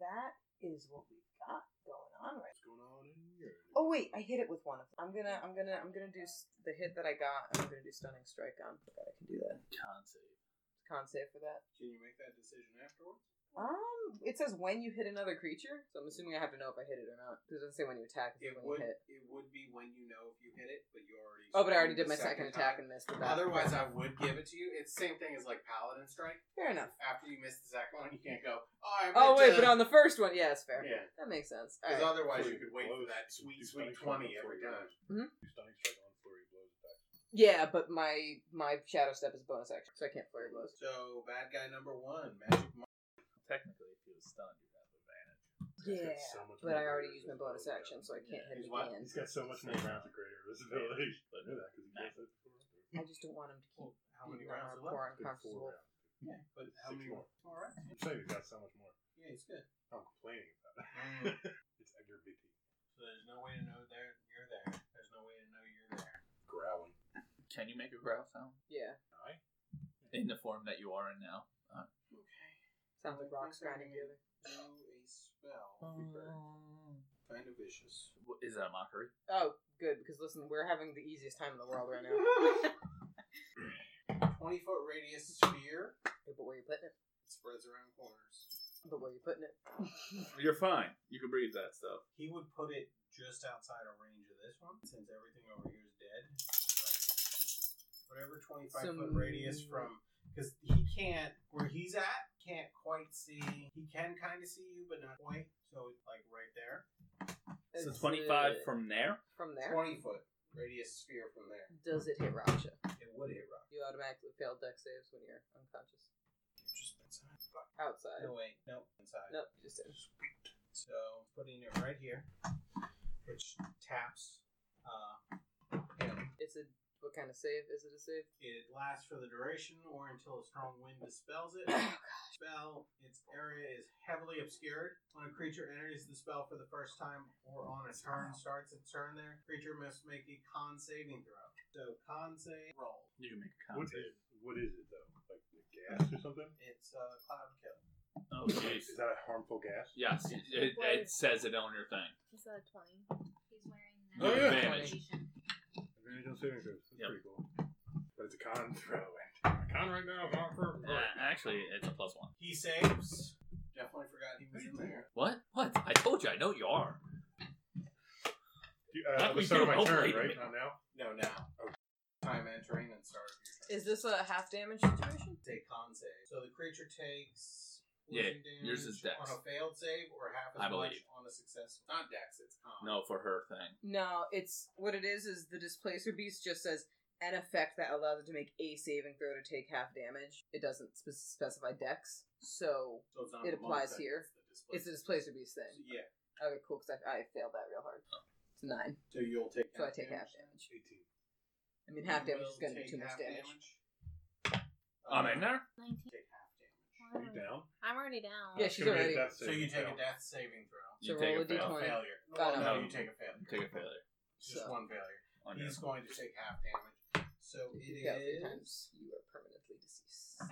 that is what we got going on right.
What's going on in here?
Oh wait, I hit it with one of them. I'm gonna, I'm gonna, I'm gonna do s- the hit that I got. and I'm gonna do stunning strike on. I forgot I can do that.
Can't save.
Con save for that.
Can you make that decision afterwards?
Um, it says when you hit another creature, so I'm assuming I have to know if I hit it or not. 'Cause It doesn't say when you attack.
It
It says when
would
you hit.
it would be when you know if you hit it, but you already.
Oh, but I already
the
did my second, attack
time.
and missed. with that.
Otherwise, I would give it to you. It's the same thing as like Paladin Strike.
fair enough.
After you miss the second one, you can't go. Oh, I
Oh wait,
meant to-"
but on the first one, yeah, it's fair.
yeah,
That makes sense. All
because
right.
otherwise you could wait for that
Do
sweet, sweet twenty
stunning strike on
every
flurry
time.
blows. Do stunning strike on flurry blows attack.
Yeah, but my my shadow step is a bonus action, so I can't flurry blows.
So bad guy number one, magic. Mike.
Technically, if he was stunned, you'd have advantage.
Yeah,
He's got so much
but I
more
already
barriers
used my
as
bonus
well,
action, so I can't hit
He's
it
what?
again.
He's got so much more rounds of greater visibility. I know that because he does that
I
before.
just don't want him to keep
How many
beating
rounds
on our
are
poor
left?
Good
uncomfortable.
four rounds.
Yeah, but how
Six
many
more.
All right.
I'm saying he's got so much more.
Yeah, he's good. Mm.
I'm complaining about it. It's aggravating.
So there's no way to know there you're there. There's no way to know you're there.
Growling.
Can you make a growl sound?
Yeah,
In the form that you are in now.
Okay.
sounds like rocks
Okay.
grinding together.
Do a spell.
Uh,
Um,
Kind of vicious.
Wh- Is that a mockery?
Oh, good because listen, we're having the easiest time in the world right now.
Twenty foot radius sphere
Yeah, but where you putting it?
spreads around corners.
But where you putting it?
You're fine. You can breathe that stuff.
He would put it just outside of range of this one, since everything over here is dead. Whatever twenty five foot
So-
radius from, because he can't where he's at can't quite see. He can kind of see you, but not quite. So it's like right there,
So
Is
25
it
from there?
from there.
twenty foot radius sphere from there.
Does it hit Raksha?
It would hit rock.
You automatically fail deck saves when you're unconscious.
Just inside. Fuck.
Outside.
No wait, nope, inside.
Nope, just in.
So putting it right here, which taps. Uh, him.
It's a what kind of save? Is it a save?
It lasts for the duration or until a strong wind dispels it. spell, its area is heavily obscured. When a creature enters the spell for the first time or on its turn starts its turn there, creature must make a con saving throw. So con save roll.
You can make a
What
con
is,
save.
what is it though? Like the gas or something?
It's uh, cloud kill.
Oh, jeez.
Is that a harmful gas?
Yes, it, it says it on your thing.
He's a 20. He's wearing that.
Oh,
yeah.
Advantage.
Advantage on saving throws. That's
Yep.
pretty cool. But it's a con throw. Con right now. Con for.
Uh, actually, it's a plus one.
He saves. Definitely forgot he was in there.
What? What? I told you, I know you are.
You-
That
Uh,
we
the start of
do.
my
Oh,
turn,
wait a
right?
minute.
Not now.
No, now. Time entering and start of your turn.
Is this a half damage situation?
Take con save. So the creature takes.
Yeah,
bludgeoning
yours is
damage
dex.
On a failed save or half as
I
much
believe.
on a successful. Not dex, it's con.
No, for her thing.
No, it's what it is. Is the displacer beast just says an effect that allows it to make a saving throw to take half damage. It doesn't spe- specify dex, so
So it's not
It
a bonus
applies
action,
here.
It's, the
it's a
displacement.
displacer beast thing.
Yeah.
Okay, cool. Because I, I failed that real hard. It's a nine,
So you'll take.
so I take half damage.
18.
I mean, half
You
damage is
will
going to be
take
too much
half
damage.
Uh,
Oh, I'm in there?
19.
Take half damage.
Are you down?
I'm already down.
Yeah, she's
Gonna be a
already-
death
So you
saving
take a
throw.
death saving throw.
You
So roll
take a
a
A
fail.
d20.
failure.
Got
Well, no,
him.
you take a failure.
Take a failure.
It's just
So-
one failure.
On your-
He's going to take half damage. So
If
it
you fail three
is
times, you are permanently deceased.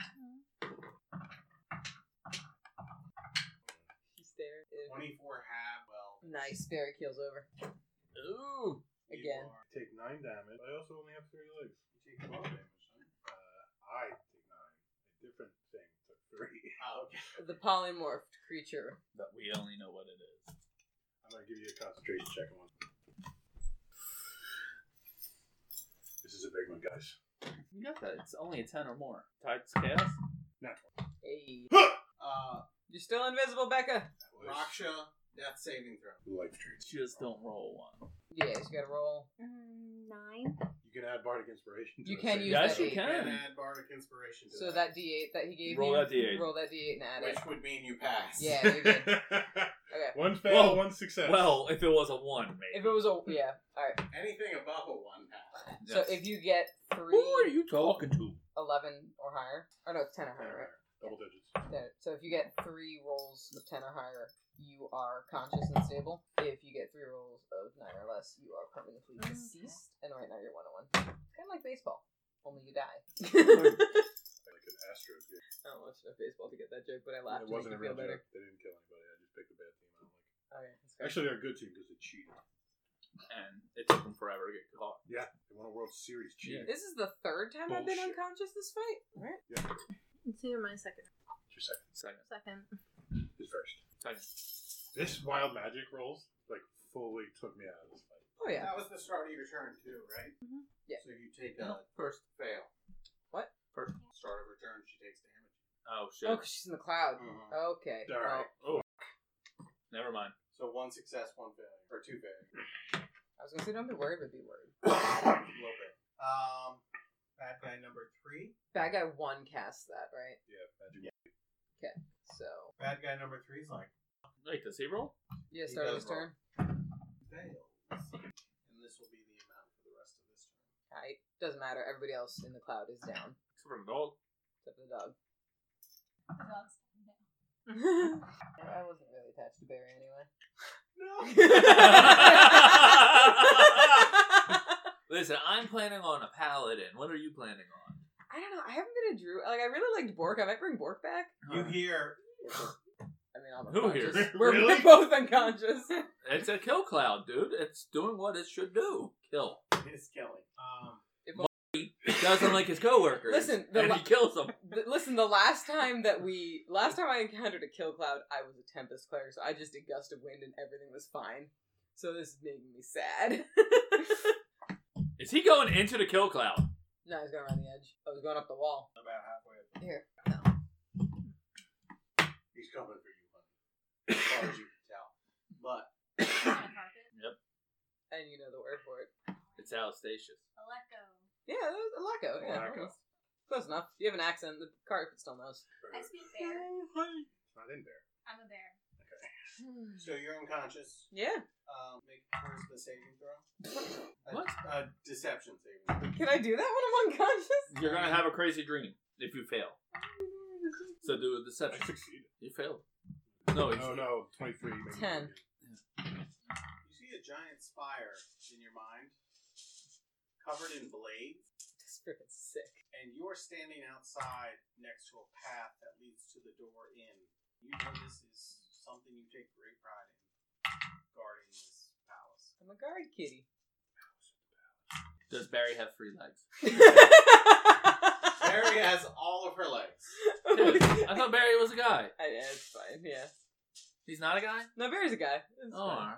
Nice. Barrack heals over
Ooh.
again.
You are- take nine damage. I also only have three legs. You take twelve damage. Huh? Uh, I take nine. A different thing took three.
Oh, okay.
The polymorphed creature.
But we only know what it is.
I'm gonna give you a concentration check on one. This is a big one, guys.
You got that. It's only a 10 or more. Tides Chaos?
Not one.
Hey.
Uh,
You're still invisible, Becca.
That was
Raksha, death saving throw.
life trees.
Just don't roll one.
Yeah, you gotta roll.
Um, nine.
You can add bardic inspiration. To
You
it,
can
so
use
Yes,
that
you
D8.
And
can.
add bardic inspiration to
So that D8 that he gave you.
Roll that D8.
Roll that D8 and add it.
Which would mean you pass.
Yeah, you're good. Okay.
one fail,
Well-
one success.
Well, if it was a 1, maybe.
If it was a yeah, all right.
Anything above a one pass.
So if you get three,
Who are you talking to?
11 or higher, or no, it's ten or higher, right?
Double digits.
That- So if you get three rolls of ten or higher, you are conscious and stable. If you get three rolls of nine or less, you are permanently
Okay.
deceased, and right now you're one on one. Kind of like baseball, only you die. I
Like an Astros game.
don't watch enough baseball to get that joke, but I
It
laughed. to
wasn't a
make you
real
feel better. Oh,
joke. They didn't kill anybody. I just picked a bad team. I don't like. it.
All right, let's go.
Actually, they're a good team because they cheated.
And it took him forever to get caught.
Yeah, they won a World Series cheating.
this is the third time I've been
Bullshit.
unconscious this fight. All right.
Yeah.
It's either my second
Two seconds.
Second.
second.
Who's first?
Second.
This wild magic rolls like fully took me out of this fight.
Oh yeah.
That was the start of your turn too, right?
Mhm.
Mm-hmm. Yeah.
So you take a
No, first.
fail.
What?
First.
Start of her turn, she takes damage.
Oh,
Oh,
shit.
'cause she's in the cloud.
Mhm.
Okay.
Mm-hmm.
well,
All right. Oh,
Never mind.
So one success, one failure, or two failures.
I was gonna say don't be worried, but be worried.
A little bit. Um, bad guy number three.
Bad guy one cast that, right?
yeah, magic.
So
Bad guy number three's like
Wait, does he roll?
yeah,
He
start of
does
his turn.
fails, and this will be the amount for the rest of this turn.
Alright. Doesn't matter. Everybody else in the cloud is down.
Except for the dog.
Except for the dog. I wasn't really attached to Barry anyway.
Listen, I'm planning on a paladin. What are you planning on?
I don't know. I haven't been a Drew. Like I really liked Bork. I might bring Bork back.
You hear
I mean, I'm
Who
unconscious.
here?
We're,
Really?
we're both unconscious.
It's a kill cloud, dude. It's doing what it should do. Kill.
his killing. Um,
Doesn't like his coworkers.
Listen, the
and
la-
he kills them.
Th- Listen, the last time that we, last time I encountered a kill cloud, I was a tempest player, so I just did gust of wind and everything was fine. So this is making me sad.
Is he going into the kill cloud?
no, I was going around the edge. I was going up the wall.
about halfway. up.
Here.
He's coming for you, buddy. As far as you can tell. But
And you know the word for it.
It's Alastatius.
Aleko.
Yeah, that was a laco. Yeah,
Laco.
almost. close enough. You have an accent. The card still knows.
I speak bear.
It's not in there.
I'm a bear.
so you're unconscious.
Yeah.
Um, make a charisma saving throw. A-
What?
A, deception saving. throw.
Can I do that when I'm unconscious?
You're gonna have a crazy dream if you fail. So do a deception.
I succeeded.
You failed. No, he's,
Oh no, twenty-three. maybe.
Ten.
You see a giant spire in your mind, covered in blades,
This freaking sick.
and you're standing outside next to a path that leads to the door in. You know this is something you take great pride in, guarding this palace.
I'm a guard kitty.
does Barry have three legs?
Mary has all of her legs.
Oh
Dude, I thought Barry was a guy.
I, yeah, it's fine. Yeah.
He's not a guy?
No, Barry's a guy. It's
Oh,
fine.
alright.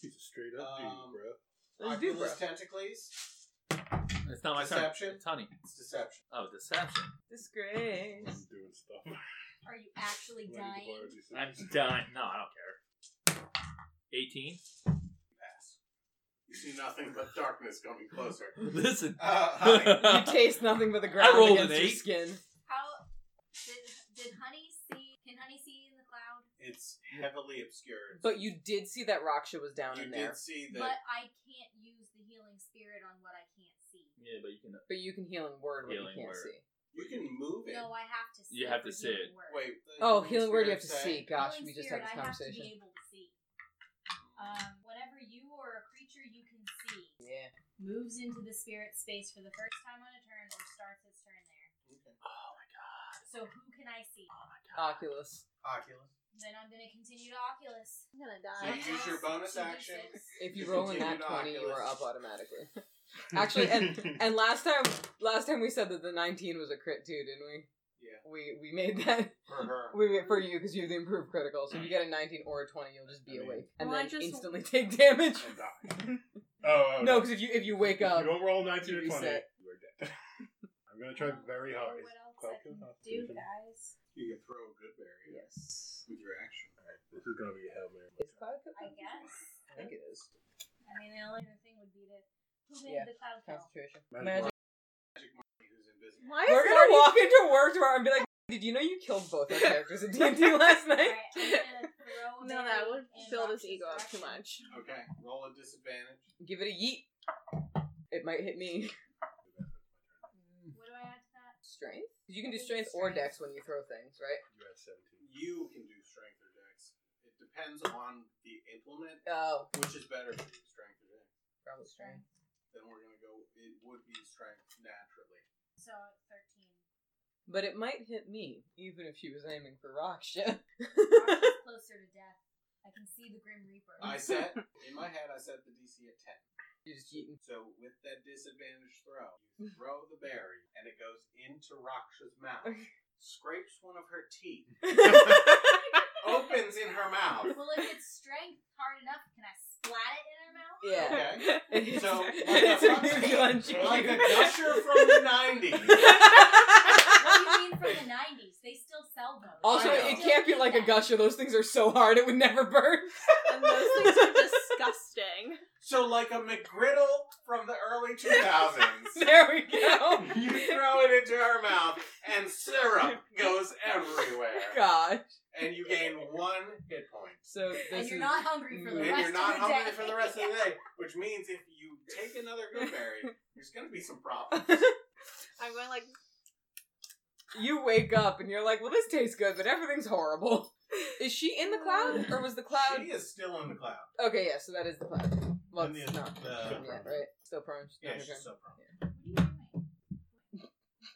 He's a straight up dude,
Um,
bro.
Let's do
Oculus
it.
tentacles.
it's not my
Deception?
turn. It's honey.
It's deception.
Oh, deception.
I'm
Disgrace.
doing stuff.
Are you actually dying?
I'm done. No, I don't care. 18?
Pass. You see nothing but darkness coming closer.
Listen.
Uh, honey,
You
I
taste nothing but the ground
rolled an
against your
eight.
skin.
How did did honey see? Can honey see in the cloud?
it's heavily obscured.
But you did see that Raksha was down
you
in
did
there.
see that.
But I can't use the healing spirit on what I can't see.
Yeah, but you can.
But you can healing word when
Healing
you can't
word.
see.
you can move it.
No, I have to. see
You have to
for
see it.
healing word.
Wait. the
Oh, healing word you have to
spirits
see.
say-
Gosh,
Healing
we just had this
spirit, I have to
conversation.
be able to see. Um, whenever you or a creature you can see
Yeah.
moves into the spirit space for the first time on a turn or starts
oh
its turn there.
Okay.
So who can I see?
Oculus.
Oculus.
Then I'm gonna continue to Oculus.
I'm gonna
So
die.
you use your bonus
2d6.
action.
If you
Just
roll in
continue
that
to
twenty, you are
Oculus.
up automatically. Actually, And last time, last time we said that the nineteen was a crit too, didn't we?
Yeah,
We we made that
for her.
we made for you because you have the improved critical. So if you get a nineteen or a twenty, you'll just be
I mean-
awake and
Well, I
then
just-
instantly take damage.
And die. Oh, oh
No, because if you if you wake
If
up,
You don't roll 19
you
or 20.
reset.
You are dead. I'm going to try very hard.
What else I can do, guys?
You can throw a good berry
yes,
with your action.
This is going to be a hell mary.
it's cloud
I
cooking.
guess.
I think it is
I mean, the only other thing would be to who made
Yeah.
the cloud kill?
concentration.
Magic
Magic.
Magic Marty, who's invisible.
Why
We're
is
gonna
Marty-
walk into work tomorrow and be like, "Did you know you killed both our characters at D and D last night?"
Alright, I'm gonna throw
No, that
Mary
would
in
build his
Rox's
ego up too
direction.
much.
Okay, roll a disadvantage.
Give it a yeet. It might hit me.
What do I add to that?
Strength? 'Cause You can do strength or dex when you throw things, right?
You have 17.
You can do strength or dex. It depends on the implement,
Oh,
which is better for you, strength or dex.
probably strength.
Then we're gonna go. It would be strength naturally.
So thirteen.
But it might hit me, even if she was aiming for Raksha.
Rox is closer to death. I can see the Grim Reaper.
I set in my head. I set the DC at ten.
You're just yeeting.
So with that disadvantage throw, you
Mm-hmm.
throw the berry, and it goes into Raksha's mouth, scrapes one of her teeth, opens in her mouth.
Well, if it's strength hard enough, can I splat it in her mouth?
yeah.
Okay.
It's,
So, like
it's
a-
a new gun. Chief.
Like a gusher from the 90s.
What do you mean from the nineties? They still sell those.
also,
I know.
it can't be like a gusher. Those things are so hard it would never burn.
And those things are disgusting.
So, like a McGriddle from the early 2000s.
There we go.
You throw it into her mouth, and syrup goes everywhere.
Gosh.
And you gain one hit point.
So this
And
is
you're not hungry for the
And
rest
Mm. you're not
of the day.
hungry for the rest of the day, which means if you take another good berry, there's going to be some problems.
I'm going like,
you wake up and you're like, well, this tastes good, but everything's horrible. Is she in the cloud, or was the cloud?
Uh, She is still in the cloud.
Okay, yeah, so that is the cloud. Well,
And the-
it's not
the-
confirmed yet, right? Still prone. She's
Yeah,
not
she's
confirmed.
so prone.
What are you doing?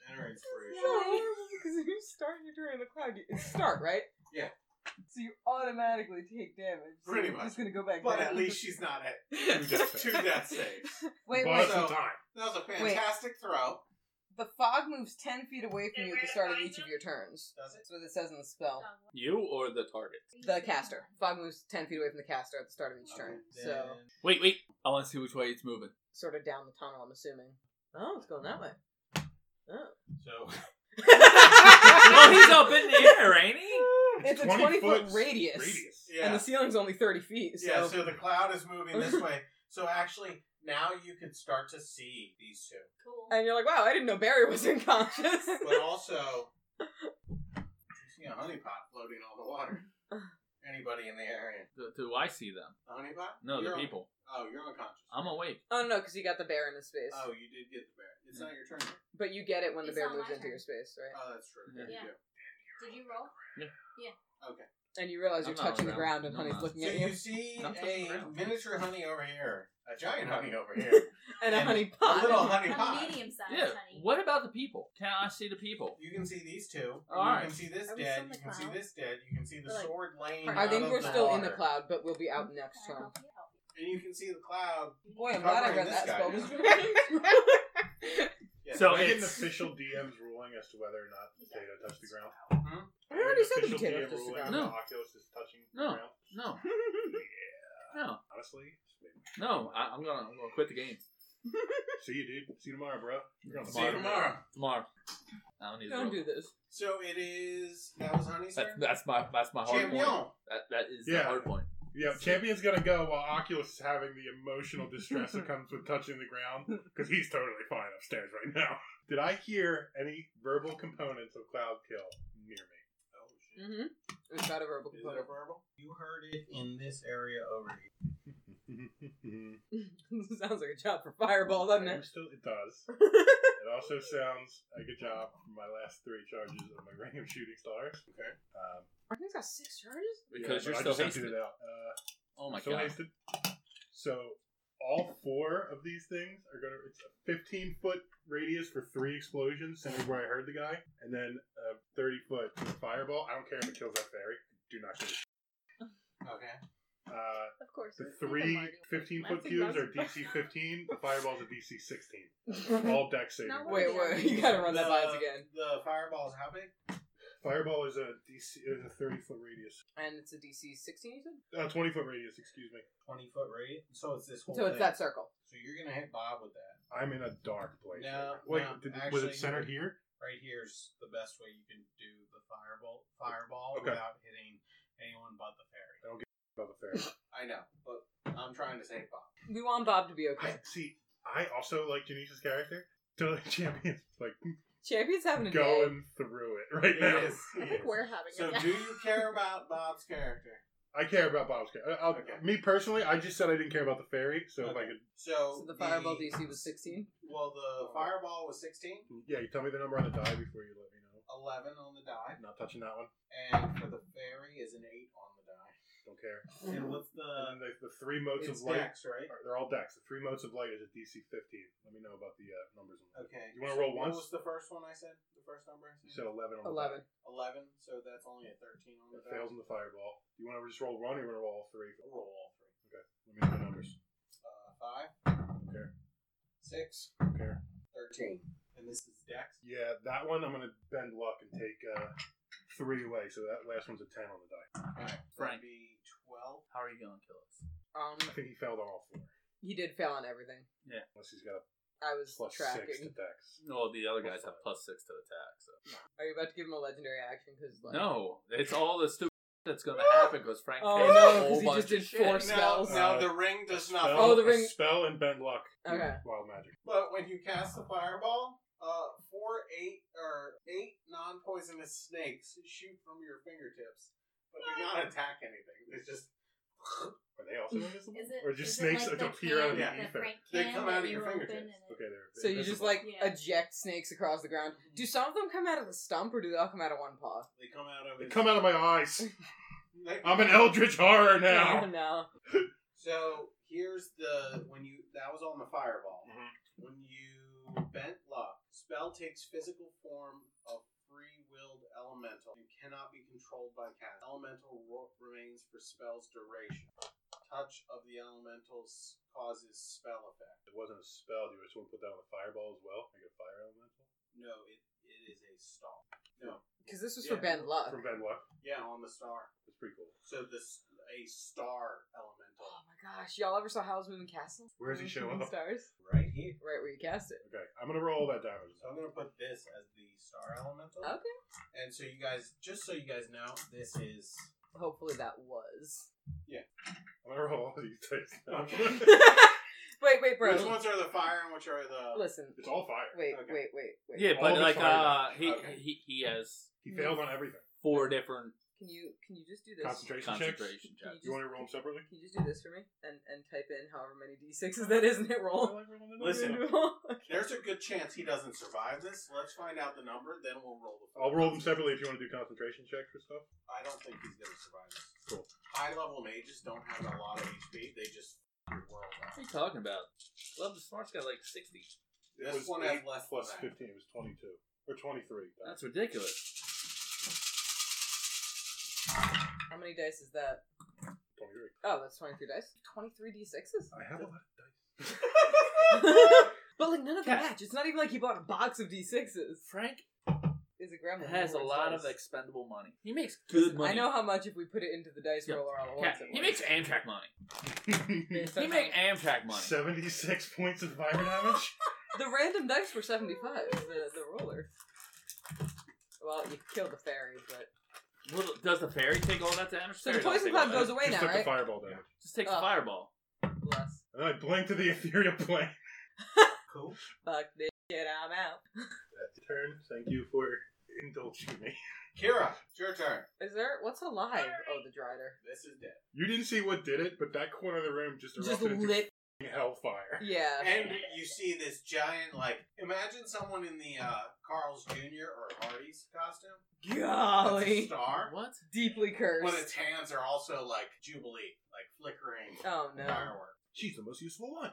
And her
So
inspiration.
horrible because if you start your turn in the cloud, you, it's start right.
Yeah.
So you automatically take damage. So
Pretty
you're
much.
Just gonna go back.
But
down.
at least she's not at
Two death
two death saves.
wait,
But
wait.
So-
some time.
That was a fantastic throw.
The fog moves ten feet away from you at the start of each of your turns.
Does it?
That's what it says in the spell.
Dog, what
You or the target?
are you
The
doing?
caster. Fog moves ten feet away from the caster at the start of each turn. So
Wait, wait. I want to see which way it's moving.
sort of down the tunnel, I'm assuming. Oh, it's going that way. Oh.
So
oh, he's up in the air, ain't he?
It's a 20
20
foot
foot
radius.
Radius.
yeah,
And the ceiling's only 30 feet, so.
yeah. So the cloud is moving this way. So actually, now you can start to see these two,
Cool.
and you're like, wow, I didn't know Barry was unconscious.
but also you see a honeypot floating on the water. Anybody in the area?
Do, do I see them?
The honeypot?
No,
You're
the
un-
people.
oh, you're unconscious.
I'm awake.
oh, no, because you got the bear in his space.
Oh, you did get the bear. It's not your turn. yet.
But you get it when the
It's
bear
not
moves
my
into
turn.
your space, right?
Oh, that's true. Yeah.
Yeah.
You
Did you roll?
do. Okay.
And you realize
I'm
you're
not on
touching the
the
ground and
ground.
Honey's
I'm not.
looking
So
at
you
you.
see
Not touching
a
ground.
miniature honey over here, a giant honey over here,
And a
and
honey
a
pot.
little honey
I'm
pot.
medium sized,
Yeah.
honey.
What about the people? Can I see the people?
You can see these two. you
All right.
can see this
Are we
dead.
still in
You
the
can see
cloud?
this dead. You can see the
We're like-
sword laying.
I
out
think
of
we're
the
still in
water.
the cloud, but we'll be out
Can
next
I
turn.
help you? Help you.
And you can see the cloud.
Boy, I'm glad I
Covering
read
this
that
guy
spell.
now.
'cause you-
Yes.
So
Can I get an
it's-
official DM's ruling as to whether or not the potato touched the ground?
I already said the
Official
potato touched
DM
the
ruling
ground.
that
No.
Oculus is touching
No.
the ground.
No, no,
Honestly, it's been-
no. I, I'm gonna, I'm gonna quit the game
see you, dude. See you tomorrow, bro. You're on the
See you
bottom.
tomorrow.
tomorrow. I don't need. to
Don't
roll.
do this.
So it is. That was honey,
That's
sir.
that's my that's my hard
Champion.
point. That that is the
Yeah.
hard point.
Yeah, champion's gonna go while Oculus is having the emotional distress that comes with touching the ground because he's totally fine upstairs right now. Did I hear any verbal components of Cloud Kill near me?
Oh, shit.
Mm-hmm. It's got a verbal
Is it a
component.
verbal? You heard it in this area over here.
Sounds like a job for Fireball, doesn't
I'm
it?
still, it does. it also sounds like a job for my last three charges of my Ring of Shooting Stars.
Okay.
Um,
I think it's got six charges.
Because
yeah,
you're
but
still
I just emptied
hasted.
it out. Uh,
Oh my
so
god.
hasted. So all four of these things are gonna. It's a 15 foot radius for three explosions, centered where I heard the guy, and then a 30 foot fireball. I don't care if it kills that fairy. I do not give a shit.
Okay.
Uh,
Of course.
the
Oh
it's
three
Marty.
15 foot
That's
cubes are
impressive.
DC 15, the fireball's a DC 16. All deck saving.
Not
throws.
one.
Wait, wait, you gotta run that by us
The-
again.
The fireball is how big?
Fireball is a DC is a 30 foot radius.
And it's a DC 16, you said?
Uh, 20 foot radius, excuse me.
20 foot radius. So it's this whole
So it's
thing.
that circle.
So you're going to hit Bob with that.
I'm in a dark place.
No,
Wait,
no,
did, was
actually-
it centered here?
Right here's the best way you can do the fireball fireball
Okay.
without hitting anyone but the fairy.
About the fair.
I know, but I'm trying to save Bob.
We want Bob to be okay.
I, see, I also like Janice's character. Totally champions. Like,
Champion's having a day.
going through it right now.
Yes,
I think we're having
So
a day.
do you care about Bob's character?
I care about Bob's character. I'll,
Okay.
Me personally, I just said I didn't care about the fairy, so if I
Okay.
could.
So,
So the fireball DC was 16.
Well, the fireball was 16,
Yeah, you tell me the number on the die before you let me know.
11 on the die,
I'm not touching that one.
and for the fairy is an 8 on the die.
Don't care.
And what's
and
the.
then the, the three motes
Uh,
of
It's
light.
dex, right?
are- They're all decks. The three motes of light is a DC 15. Let me know about the uh, numbers on that.
Okay.
You wanna roll
What
once?
was the first one I said? The first number? I
You
said?
said 11 on the
11.
11, so that's only a 13 on the
die. It
die.
fails in the fireball. Do you want to just roll one or you want to roll all three?
Roll all three.
Okay. Let me know the numbers.
Uh, five.
Okay.
Six.
Okay.
Thirteen. And this is Dex.
Yeah, that one I'm going to bend luck and take uh, three away, so that last one's a 10 on the die.
Alright.
Frank.
Be twelve.
How are you going to kill us?
Um,
I think he failed on all four.
he did fail on everything.
Unless he's got a
I was
plus
tracking.
six to dex.
Well, the other guys have plus six to attack. So.
Are you about to give him a legendary action? Because like,
No, it's all the stupid that's going to happen because Frank
Oh,
takes
no,
a
'cause
whole
he
bunch
just
of
did
shit.
four spells.
Uh,
Now the ring does not.
Spell-
Oh, the
a
ring-
Spell and bend luck.
Okay.
Wild magic.
But when you cast the fireball, uh, four, eight, or eight non-poisonous snakes shoot from your fingertips, but do not attack anything. It's just
Are they also invisible?
Is it,
or
is
just snakes
it like
that
the
appear out of
can-
the
the
ether?
Frank
They
can
come
that
out of
you
your
open
fingertips.
and it-
Okay, they're.
So you
invisible.
just like
Yeah.
eject snakes across the ground. Do some of them come out of the stump, or do they all come out of one paw?
they come out of.
They
his-
come out of my eyes.
They-
I'm an eldritch horror now.
no.
So here's the when you that was on the fireball.
Mm-hmm.
When you bent luck, spell takes physical form of free willed elemental and cannot be controlled by cast. Elemental ro- remains for spell's duration. Touch of the elementals causes spell effect.
It wasn't a spell. Do you just want to put that on a fireball as well? Like a fire elemental?
No, it it is a star. No,
Because this was
Yeah.
for Ben Luck.
From Ben Luck.
yeah, on the star.
That's pretty cool.
So this a star elemental
Oh my gosh, y'all ever saw Howl's Moving Castle?
Where does he show
Shooting
up?
Stars.
right here.
Right where you cast it.
Okay, I'm gonna roll that damage.
So I'm gonna put this as the star elemental.
Okay.
And so you guys, just so you guys know, this is
Hopefully that was.
I'm gonna roll all these dice. now.
Okay.
wait, wait, bro.
which ones are the fire and which are the
Listen.
it's all fire.
Wait,
Okay.
wait, wait, wait.
Yeah,
All
but
the
like
fire
uh,
damage.
he,
Okay.
he he has
He failed on everything.
four different
Can you can you just do this?
Concentration, checks.
concentration checks.
You want to roll them separately?
Can you just do this for me and and type in however many d6s that is and hit roll?
Listen.
okay.
There's a good chance he doesn't survive this. Let's find out the number, then we'll roll the.
I'll roll them separately if you want to do concentration checks for stuff.
I don't think he's gonna survive this.
Cool.
High level mages don't have a lot of HP. They just f- your world
What
up.
are you talking about? Love the Smart's got like 60.
It
This
was
one has
eight
less
plus
than that.
15. It was 22 or 23.
That's ridiculous.
How many dice is that?
23.
Oh, that's twenty three dice. Twenty three d6s.
I have a lot of dice.
but like none of them match. It's not even like he bought a box of d6s.
Frank
Is a gremlin
has a
who works
lot
dice.
of expendable money. He makes good money.
I know how much if we put it into the dice
Yeah.
roller all at
Yeah,
once. it
he makes
works.
Amtrak money.
Based
He
on
makes
how-
Amtrak money.
76 points of fire damage.
the random dice were seventy five. The the roller. Well, you killed the fairy, but
Well, does the fairy take all that damage?
so
Fairy
the
don't
poison
take all
cloud
that.
goes away
Just
now,
took the
right?
fireball damage.
Just takes
Oh.
the fireball.
Bless.
And then I blink to the ethereal plane.
Cool.
Fuck this shit, I'm out.
Turn. Thank you for indulging me.
Kira, it's your turn.
Is there what's alive? Oh, the drider.
This is dead.
You didn't see what did it, but that corner of the room just
Just
erupted into
lit.
f***ing hellfire.
Yeah.
And you see this giant, like, imagine someone in the uh, Carl's Jr. or Hardy's costume. That's a
Golly.
star.
What?
Deeply
But
cursed.
its hands are also like jubilee, like flickering
Oh no.
fireworks.
She's the most useful one.
Um,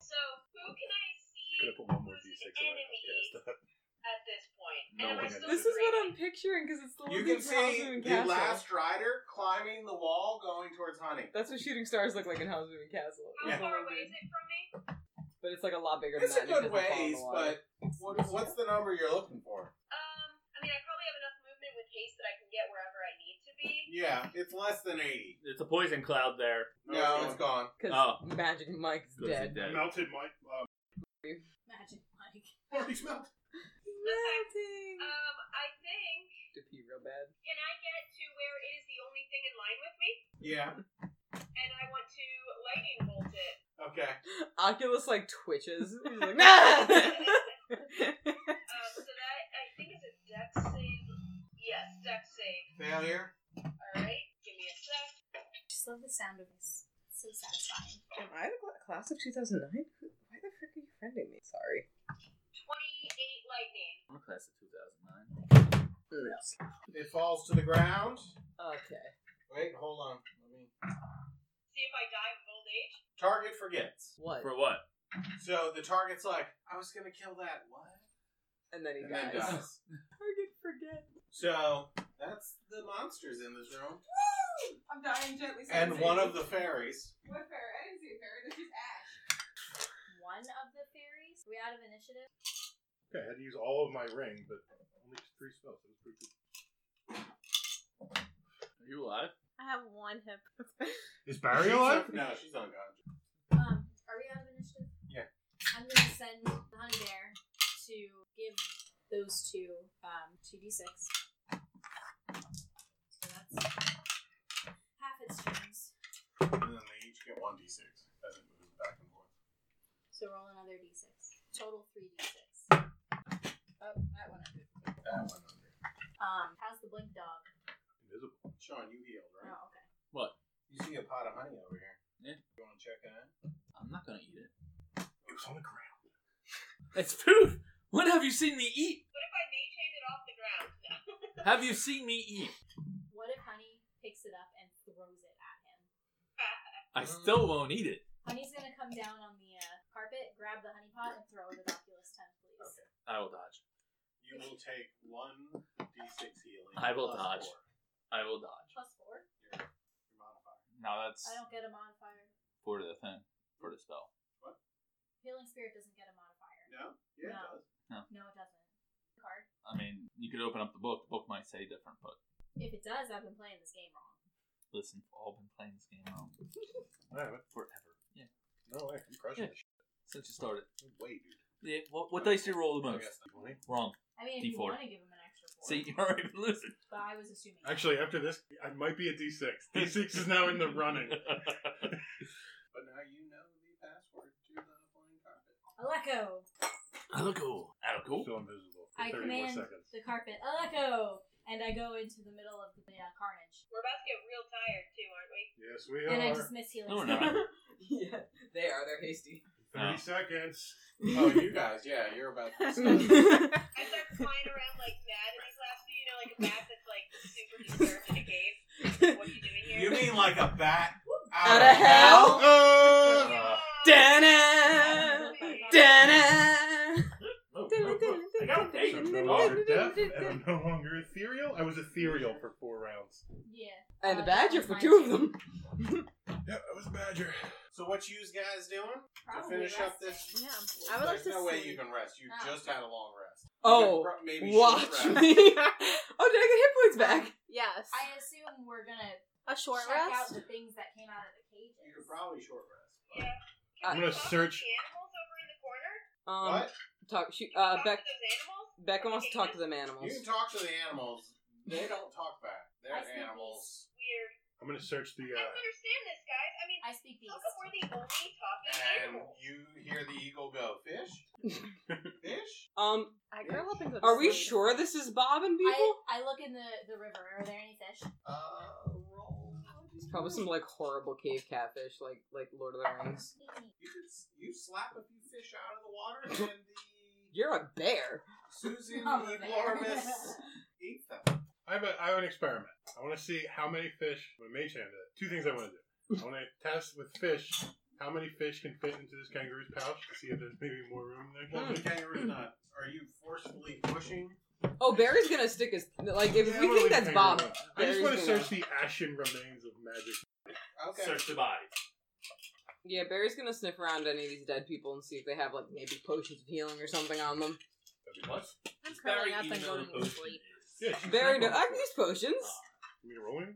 so who can I see
Could have put one more
who's
d6
an
in
enemy
my podcast.
at this point.
No
and am I
one
still
has
This is what I'm
screaming?
picturing because it's the one
You
thing
can
from Howl's
see
Moving
the
Castle.
last rider climbing the wall going towards Honey.
That's what shooting stars look like in Howl's Moving Castle.
How
It's
far
all
away is
big,
it from me?
But it's like a lot bigger
It's a
than that. and
good
it doesn't fall in
ways,
the water.
but what, what's the number you're looking for?
Um, I mean, I probably have enough movement with haste that I can get wherever I need to be.
Yeah, it's less than 80.
It's a poison cloud there.
No, it's gone.
because
Oh.
Magic Mike's
Goes
dead.
to dead.
Melted Mike. Um,
Magic Mike.
Marty's melted.
Melting.
Um, I think.
To pee real bad.
Can I get to where it is the only thing in line with me?
Yeah.
And I want to lightning bolt it.
Okay.
Oculus like twitches. He's like, "Ah!"
Um, so that I think is a dex save. Yes, dex save.
Failure.
All right, give me a sec.
Just love the sound of this. It's so satisfying.
Am I the cla- class of 2009? Who- Why the frick are you friending me? Sorry.
Twenty-eight lightning.
I'm a class of 2009.
It falls to the ground.
Okay.
Wait, hold on. Let me.
See if I die of old age.
Target forgets.
What?
For what?
So the target's like, I was gonna kill that. What?
And then he
And
dies.
then dies.
Target forget.
So that's the monsters in this room,
I'm dying gently.
and one of the fairies.
What fairy? I didn't see a fairy. There's just ash.
One of the fairies. Are we out of initiative?
Okay, I had to use all of my ring, but only three spells. That was pretty good.
Are you alive?
I have one hip.
Is
She's
Barry alive?
un- No, she's unconscious.
Um, are we out of initiative?
Yeah.
I'm gonna send the honey bear to give those two um two d six. So that's half its turns.
And then they each get one d six as it moves back and forth.
So roll another d six. Total three d six. Oh, that one. I did.
That one under.
Um, how's the blink dog?
Invisible.
Sean, you healed, right?
Oh, okay.
You see a pot of honey over here.
Yeah.
You want to check it out?
I'm not gonna eat it.
It was on the ground.
It's food! When have you seen me eat?
What if I mage hand it off the ground? No.
Have you seen me eat?
What if honey picks it up and throws it at him?
I still won't eat it.
Honey's gonna come down on the uh, carpet, grab the honey pot, and throw it at Oculus Ten, please.
Okay.
I will dodge.
You will take one d six healing.
I will
plus
dodge.
four.
I will dodge.
Plus four.
Your, your modifier.
Now that's
I don't get a modifier.
for the thing, for the spell.
Healing spirit doesn't get a modifier.
No. Yeah,
No.
it does.
No, it doesn't. Card.
I mean, you could open up the book. The book might say different, but
If it does, I've been playing this game wrong.
listen, we've all been playing this game wrong
No,
forever. Yeah,
no way. I'm crushing this shit.
since you started.
No way, dude.
Yeah, what, what dice do you roll the most?
Twenty.
Wrong.
I mean, if you
D4.
want to give him an extra four.
See, you're already losing.
But I was assuming.
Actually, after this, I might be at D6. D6 is now in the running.
But now you know the password to the flying carpet.
Aleko!
Alco. Alco.
Still invisible. For
I
30 more
command
seconds.
the carpet. Aleko! And I go into the middle of the uh, carnage.
We're about to get real tired too, aren't we?
Yes, we
And I
are.
just miss healing.
No, we're
spirit.
not.
yeah, they are. They're hasty.
30
No.
seconds.
Oh, you guys, yeah, you're about to
I start flying around like mad in these last few, you know, like a bat that's like super disturbed in a cave. What are you doing here?
You mean like a bat
Out of hell?
Oh!
Uh,
Da-na! Da-na!
Oh. I got an eight.
I'm no longer deaf, and I'm no longer ethereal. I was ethereal for four rounds.
Yeah.
And a badger for two of them.
Yeah, I was a badger.
So what you guys doing?
Probably
finish up this-
resting.
Yeah. I would like
There's
to
no way
sleep.
you can rest. You
Oh.
just had a long rest. You
Oh,
could pro- maybe you should
Watch
rest.
me. oh, did I get hit points back?
Yes.
I assume we're gonna
A short
check out
rest.
the things that came out of the cages.
You could probably short rest. but-
Yeah. Can
I'm
gonna
we talk to
search-
The animals over in the corner.
Um,
What?
talk. She, uh,
talk
Beck.
to those animals.
Becca wants to talk to them
You
animals.
can talk to the animals. They don't talk back. They're
I see these.
animals.
Weird.
I'm gonna search the.
I
Uh,
don't understand this, guys. I mean,
I speak these.
how come we're the only talking
And
animals?
you hear the eagle go, fish? fish?
Um,
I grow up and go to
are we
sleep.
sure this is Bob and
I,
Beetle?
I look in the, the river. Are there any fish?
Uh, roll.
It's probably some like horrible cave catfish, like like Lord of the Rings.
You, could s- you slap a few fish out of the water and the
You're a bear.
Susan
Oh, man.
Enormous eats
Hmm.
them.
I have, a, I have an experiment. I want to see how many fish. I'm mage hand it. Two things I want to do. I want to test with fish how many fish can
Hmm.
fit into this kangaroo's pouch to see if there's maybe more room in there.
Well, the kangaroo's not. Are you forcefully put pushing.
Oh, Barry's gonna stick his like if
Yeah, I'm
we
gonna
think
leave
that's
Hanger
Bob.
alone. I just
Barry's
want to
gonna-
search the ashen remains of magic.
Okay.
Search the body.
Yeah, Barry's gonna sniff around any of these dead people and see if they have like maybe potions of healing or something on them.
What?
I'm
Does
curling
Barry
up
even
and
know
going
what
to
potion
sleep.
is?
Yeah, she's
Barry, no,
not
I
going
can use potions.
for it. You mean rolling?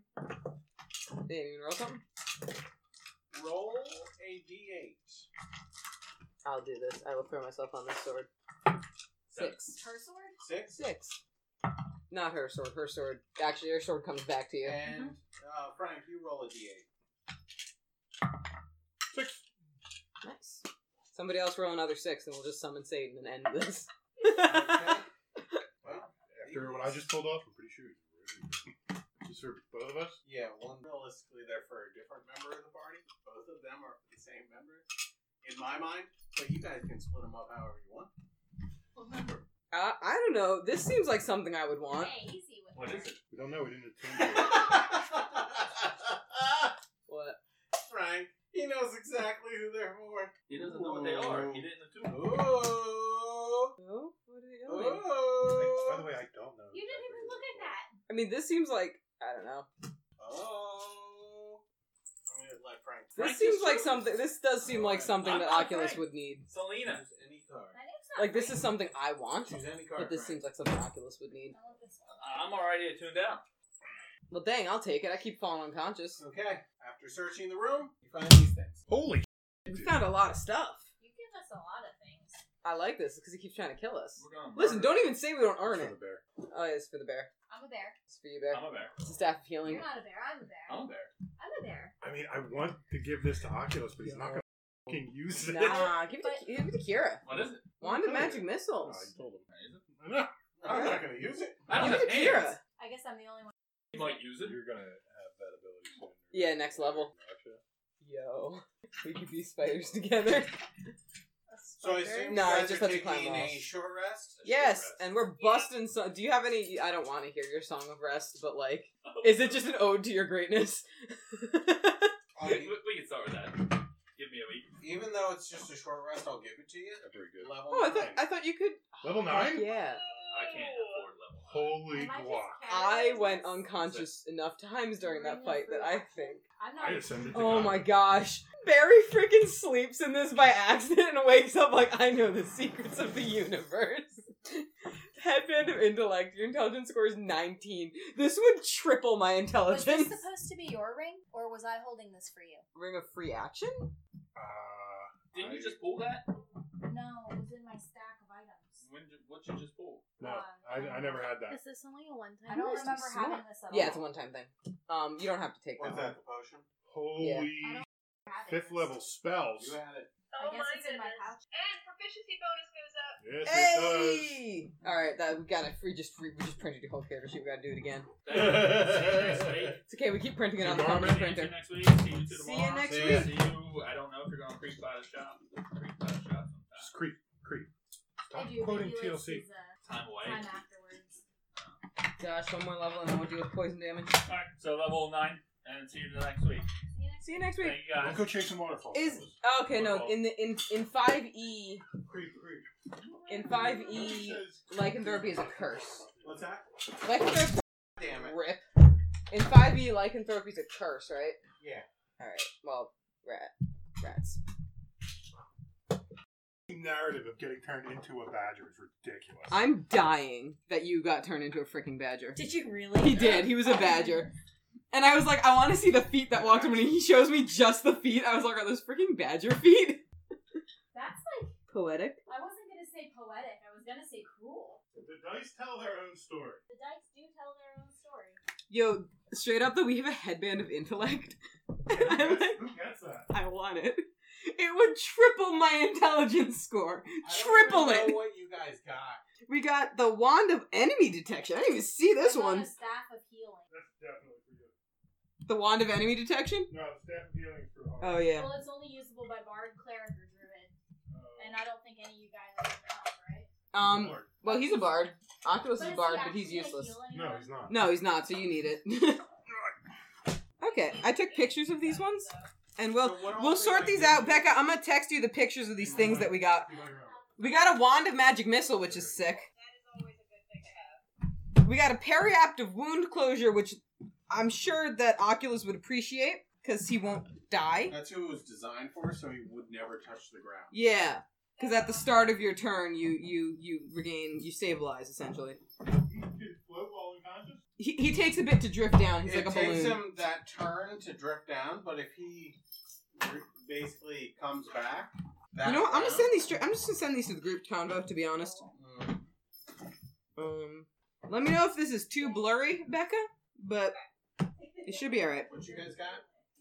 They didn't even roll something.
Roll a d8.
I'll do this. I will throw myself on this sword. Six.
Her sword?
Six.
Six. Not her sword. Her sword. Actually, her sword comes back to you.
And uh, Frank, you roll a d8.
Six.
Nice. Somebody else roll another six, and we'll just summon Satan and end this.
Okay. well,
After what I just pulled off, I'm pretty sure. it's really good. Just for both of us.
yeah, one realistically they're for a different member of the party. Both of them are for the same member, in my mind. But you guys can split them up however you want.
uh, I don't know. This seems like something I would want.
Hey, easy with
What
her.
is it?
We don't know. We didn't attend. to it.
What?
Frank, he knows exactly who they're for.
He doesn't know what they are. He didn't do it.
Ooh.
No? Oh, What are you
Oh.
doing?
I- By the
Ooh.
way, I don't know.
You didn't even look at that.
I mean, this seems like I don't know.
Oh. I'm gonna let Frank.
This
Frank
seems
is
like
true.
something. This does seem like something
I'm
that
not
Oculus
Frank.
would need.
Selena.
Choose any card.
My name's not
Like this
Frank.
is something I want,
Choose any card.
but this
Frank.
seems like something Oculus would need.
I want this one.
Uh-huh.
I'm already tuned out.
Well, dang, I'll take it. I keep falling unconscious.
Oh,
Okay. After searching the room, you find these things.
Holy.
We found a lot of stuff.
You give us a lot of things.
I like this because he keeps trying to kill us.
We're going.
Listen, don't even say we don't earn
For
it.
the bear.
Oh, yeah, it's for the bear.
I'm a bear.
It's for you, bear.
I'm a bear.
It's a staff of healing.
You're not a bear. I'm a bear.
I'm
Oh.
a bear.
I'm a bear.
I mean, I want to give this to Oculus, but he's not going to fucking use it.
Nah, give it, to, give it to Kira.
What is it?
Wand of
Okay.
magic
Oh,
missiles.
I told him.
Is it?
I know.
I'm not gonna use it.
I don't
Give
have
it to Kira.
hands.
I guess I'm the only one.
You might use it.
You're going to have that ability soon.
Yeah, next level.
Gotcha.
Yo, we could be spiders together.
So I assume
No,
you
it
guys
just
are
lets you
taking
climb
a
walls.
short rest.
Yes, and we're busting. So- Do you have any? I don't want to hear your song of rest, but like, is it just an ode to your greatness?
I'll
we, we-
gi-
we can start with that. Give me a week.
even though it's just a short rest, I'll give it to you.
That's pretty good.
Level
oh, I thought
nine.
I thought you could.
Level 9?
Yeah,
I can't
Oh.
afford level.
Holy
Am I just
guac.
carrying
I went
this?
unconscious enough times during that fight that I think.
I'm not.
I ascended to
Oh
um,
God.
my gosh, Barry freaking sleeps in this by accident and wakes up like I know the secrets of the universe. Headband of intellect. Your intelligence score is nineteen. This would triple my
Was this
intelligence.
supposed to be your ring, or was I holding this for you?
Ring of free action.
Uh,
Didn't
I-
you just pull that?
No, it was in my stack of items.
When did, what you just pull?
No, I, I never had that.
Is this only a one
I
time?
don't
Where's
remember
this?
having this at all.
Yeah, it's a one-time thing. Um, you don't have to take
What's
that.
that?
one.
The potion?
Holy
I don't Having
fifth
this.
level spells.
You had it.
I
Oh
guess
my
it's in my
goodness.
pouch.
And proficiency bonus goes up.
Yes, it
Hey! All right, that we got it. We just we just printed your whole character sheet. We got to do it again.
Next week.
It's okay. We keep printing it on the
Norman,
company
See you
printer.
next week. See you
See you
tomorrow.
next
See
week.
See you. I don't know if you're going to creep by the shop. Creep by the shop
does.
sometime.
Just creep, creep.
I
Stop
do.
quoting
He lives
TLC.
his, uh,
Time away.
time afterwards.
Josh, one more level, and then we'll deal with poison damage.
All right. So level nine, and see you next week.
You know,
See you next
Thank
week.
you guys.
I'll go chase some waterfalls.
Is oh, okay. No, in the in in five E
creep, creep.
in five E lycanthropy is a curse.
What's that?
Lycanthropy
Damn it.
rip. In five E lycanthropy is a curse, right?
Yeah.
All right. Well, rat rats.
The narrative of getting turned into a badger is ridiculous.
I'm dying that you got turned into a freaking badger.
Did you really?
He did. He was a badger. And I was like, I want to see the feet that walked him. And he shows me just the feet. I was like, are those freaking badger feet?
That's like
Poetic.
I wasn't gonna say poetic. I was gonna say cruel.
the dice tell their own story.
The dice do tell their own story.
Yo, straight up though, we have a headband of intellect. I'm like,
Who gets that?
I want it. It would triple my intelligence score.
I don't
Triple
even
it.
Know what you guys got?
We got the wand of enemy detection. I didn't even see this
I'm on
one.
A staff of healing.
That's definitely for you.
The wand of enemy detection?
No, staff healing for all.
Oh, yeah.
Well, it's only usable by bard, cleric, or druid,
Uh,
and I don't think any of you guys are druids, right?
Um, well, he's a bard. Octopus is
But
a
is
bard,
he
but he's
actually a
useless.
healing
no,
wand?
he's not.
No, he's not, so you need it. okay, I took pictures of these ones, and we'll
So what
we'll
else we
sort
got
these
here?
out. Becca, I'm gonna text you the
Um,
pictures of these things that we got. We got a wand of magic missile, which is sick.
That is always a good
We got a periaptive wound closure, which I'm sure that Oculus would appreciate because he won't die.
That's who it was designed for, so he would never touch the ground.
Yeah, because at the start of your turn, you you you regain you stabilize essentially.
Did float while unconscious?
He, he takes a bit to drift down. He's
it
like a
takes
balloon.
him that turn to drift down, but if he re- basically comes back, that
You know what? I'm gonna
round-
send these. Stri- I'm just gonna send these to the group convo. To be honest,
Mm.
um, let me know if this is too blurry, Becca. But it should be all right.
What you guys got?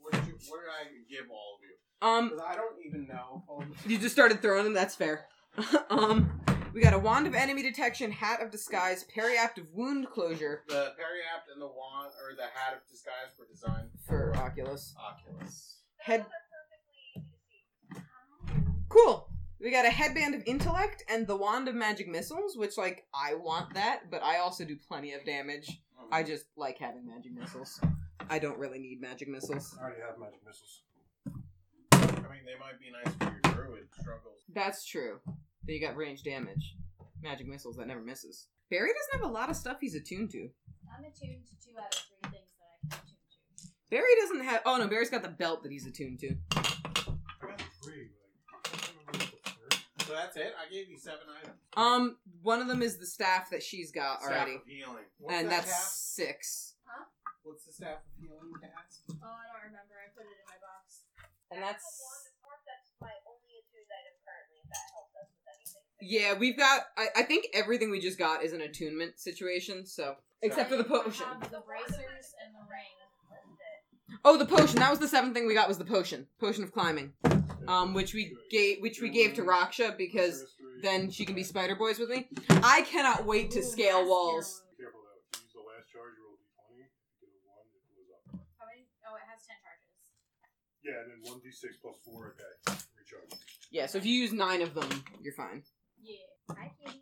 What did, you, what did I give all of you?
Um,
Because I don't even know. Hold on.
you just started throwing them. That's fair. um, we got a wand of enemy detection, hat of disguise, periaptive wound closure
The periapt and the wand or the hat of disguise were designed
for Oculus.
Oculus.
Head
Those are perfectly easy to see.
Cool. We got a headband of intellect and the wand of magic missiles, which like I want that, but I also do plenty of damage.
Oh,
I just like having magic missiles. I don't really need magic missiles.
I already have magic missiles.
I mean, they might be nice for your druid struggles.
That's true. Then you got range damage. Magic missiles that never misses. Barry doesn't have a lot of stuff he's attuned to.
I'm attuned to two out of three things that I can attune to.
Barry doesn't have oh no, Barry's got the belt that he's attuned to.
I got three. Like, I can't remember what the third.
So that's it. I gave you seven items.
Um, one of them is the staff that she's got
Staff
already.
of healing. What's
And
that
that's
cast?
six.
What's the staff of healing cast?
Oh, I don't remember. I put it in my box.
And
I have a
that's
wand of warp, that's my only attuned item currently, if that helps us with anything.
Yeah, we've got. I, I think everything we just got is an attunement situation. So except for the potion.
I have the bracers and the ring.
Oh, the potion. That was the seventh thing we got was the potion, potion of climbing, um, which we gave, which we gave to Raksha because then she can be Spider Boys with me. I cannot wait to
Ooh,
scale
last
walls.
year-
Careful though. If you use the last charge, roll d20. If you get a one, it blows up.
How many? Oh, it has ten charges.
Yeah, and then one d6 plus four a day. Recharge.
Yeah, so if you use nine of them, you're fine.
Yeah. I can.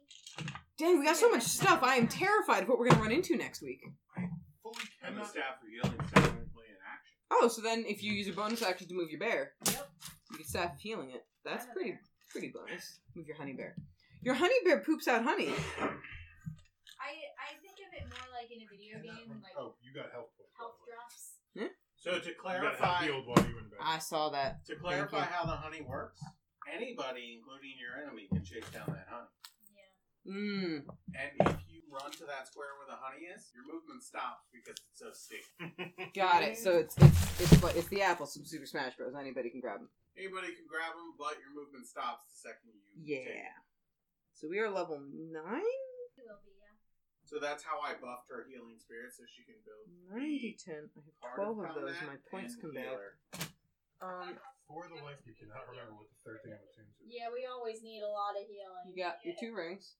Dang, we got so much stuff. I am terrified of what we're gonna run into next week.
Fully
And the
cannot.
staff of healing is technically an action.
Oh, so then if you use your bonus action to move your bear,
Yep.
you can staff healing it. That's
I'm a
pretty
bear.
pretty bonus. Move your honey bear. Your honey bear poops out honey.
I I think of it more like in a video game, like
Oh, you got health points.
health drops.
So to
You got
clarify,
healed while you were in bed.
I saw that.
to clarify how the honey works, anybody, including your enemy, can chase down that honey.
Yeah.
Mm.
And if you run to that square where the honey is, your movement stops because it's so sticky.
Got it. So it's it's it's like it's the apples from Super Smash Bros. Anybody can grab them.
Anybody can grab them, but your movement stops the second you take.
Yeah. So we are level nine,
It will be. Yeah.
So that's how I buffed her healing spirit so she can build
nine d ten. I have
part
twelve of those.
combat
My points
and
come back.
healer.
Um,
For the life, you cannot remember what the third thing I'm attuned to.
Yeah, we always need a lot of healing.
you got your two rings.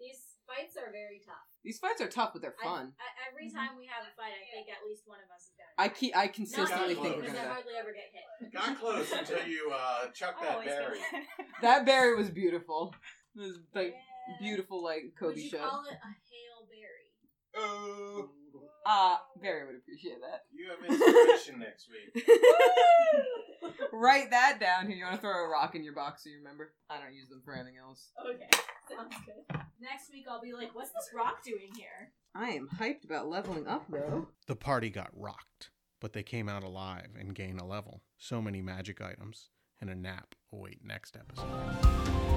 These fights are very tough.
These fights are tough, but they're
I-
fun.
I, every time we have a fight, I think at least one of us is gonna.
I
die.
keep. I
Not
consistently
me,
think we're
because
gonna die.
I hardly ever get hit.
Got close until you uh, chucked that berry.
That berry was beautiful. It was like
Yeah.
beautiful, like Kobe
Would you
shot.
call it a hail berry?
Oh,
Ah, Barry would appreciate that.
you have inspiration next week.
Write that down here. You want to throw a rock in your box, so you remember? I don't use them for anything else.
Okay, sounds good. Next week I'll be like, what's this rock doing here?
I am hyped about leveling up though.
The party got rocked, but they came out alive and gained a level. So many magic items and a nap await next episode.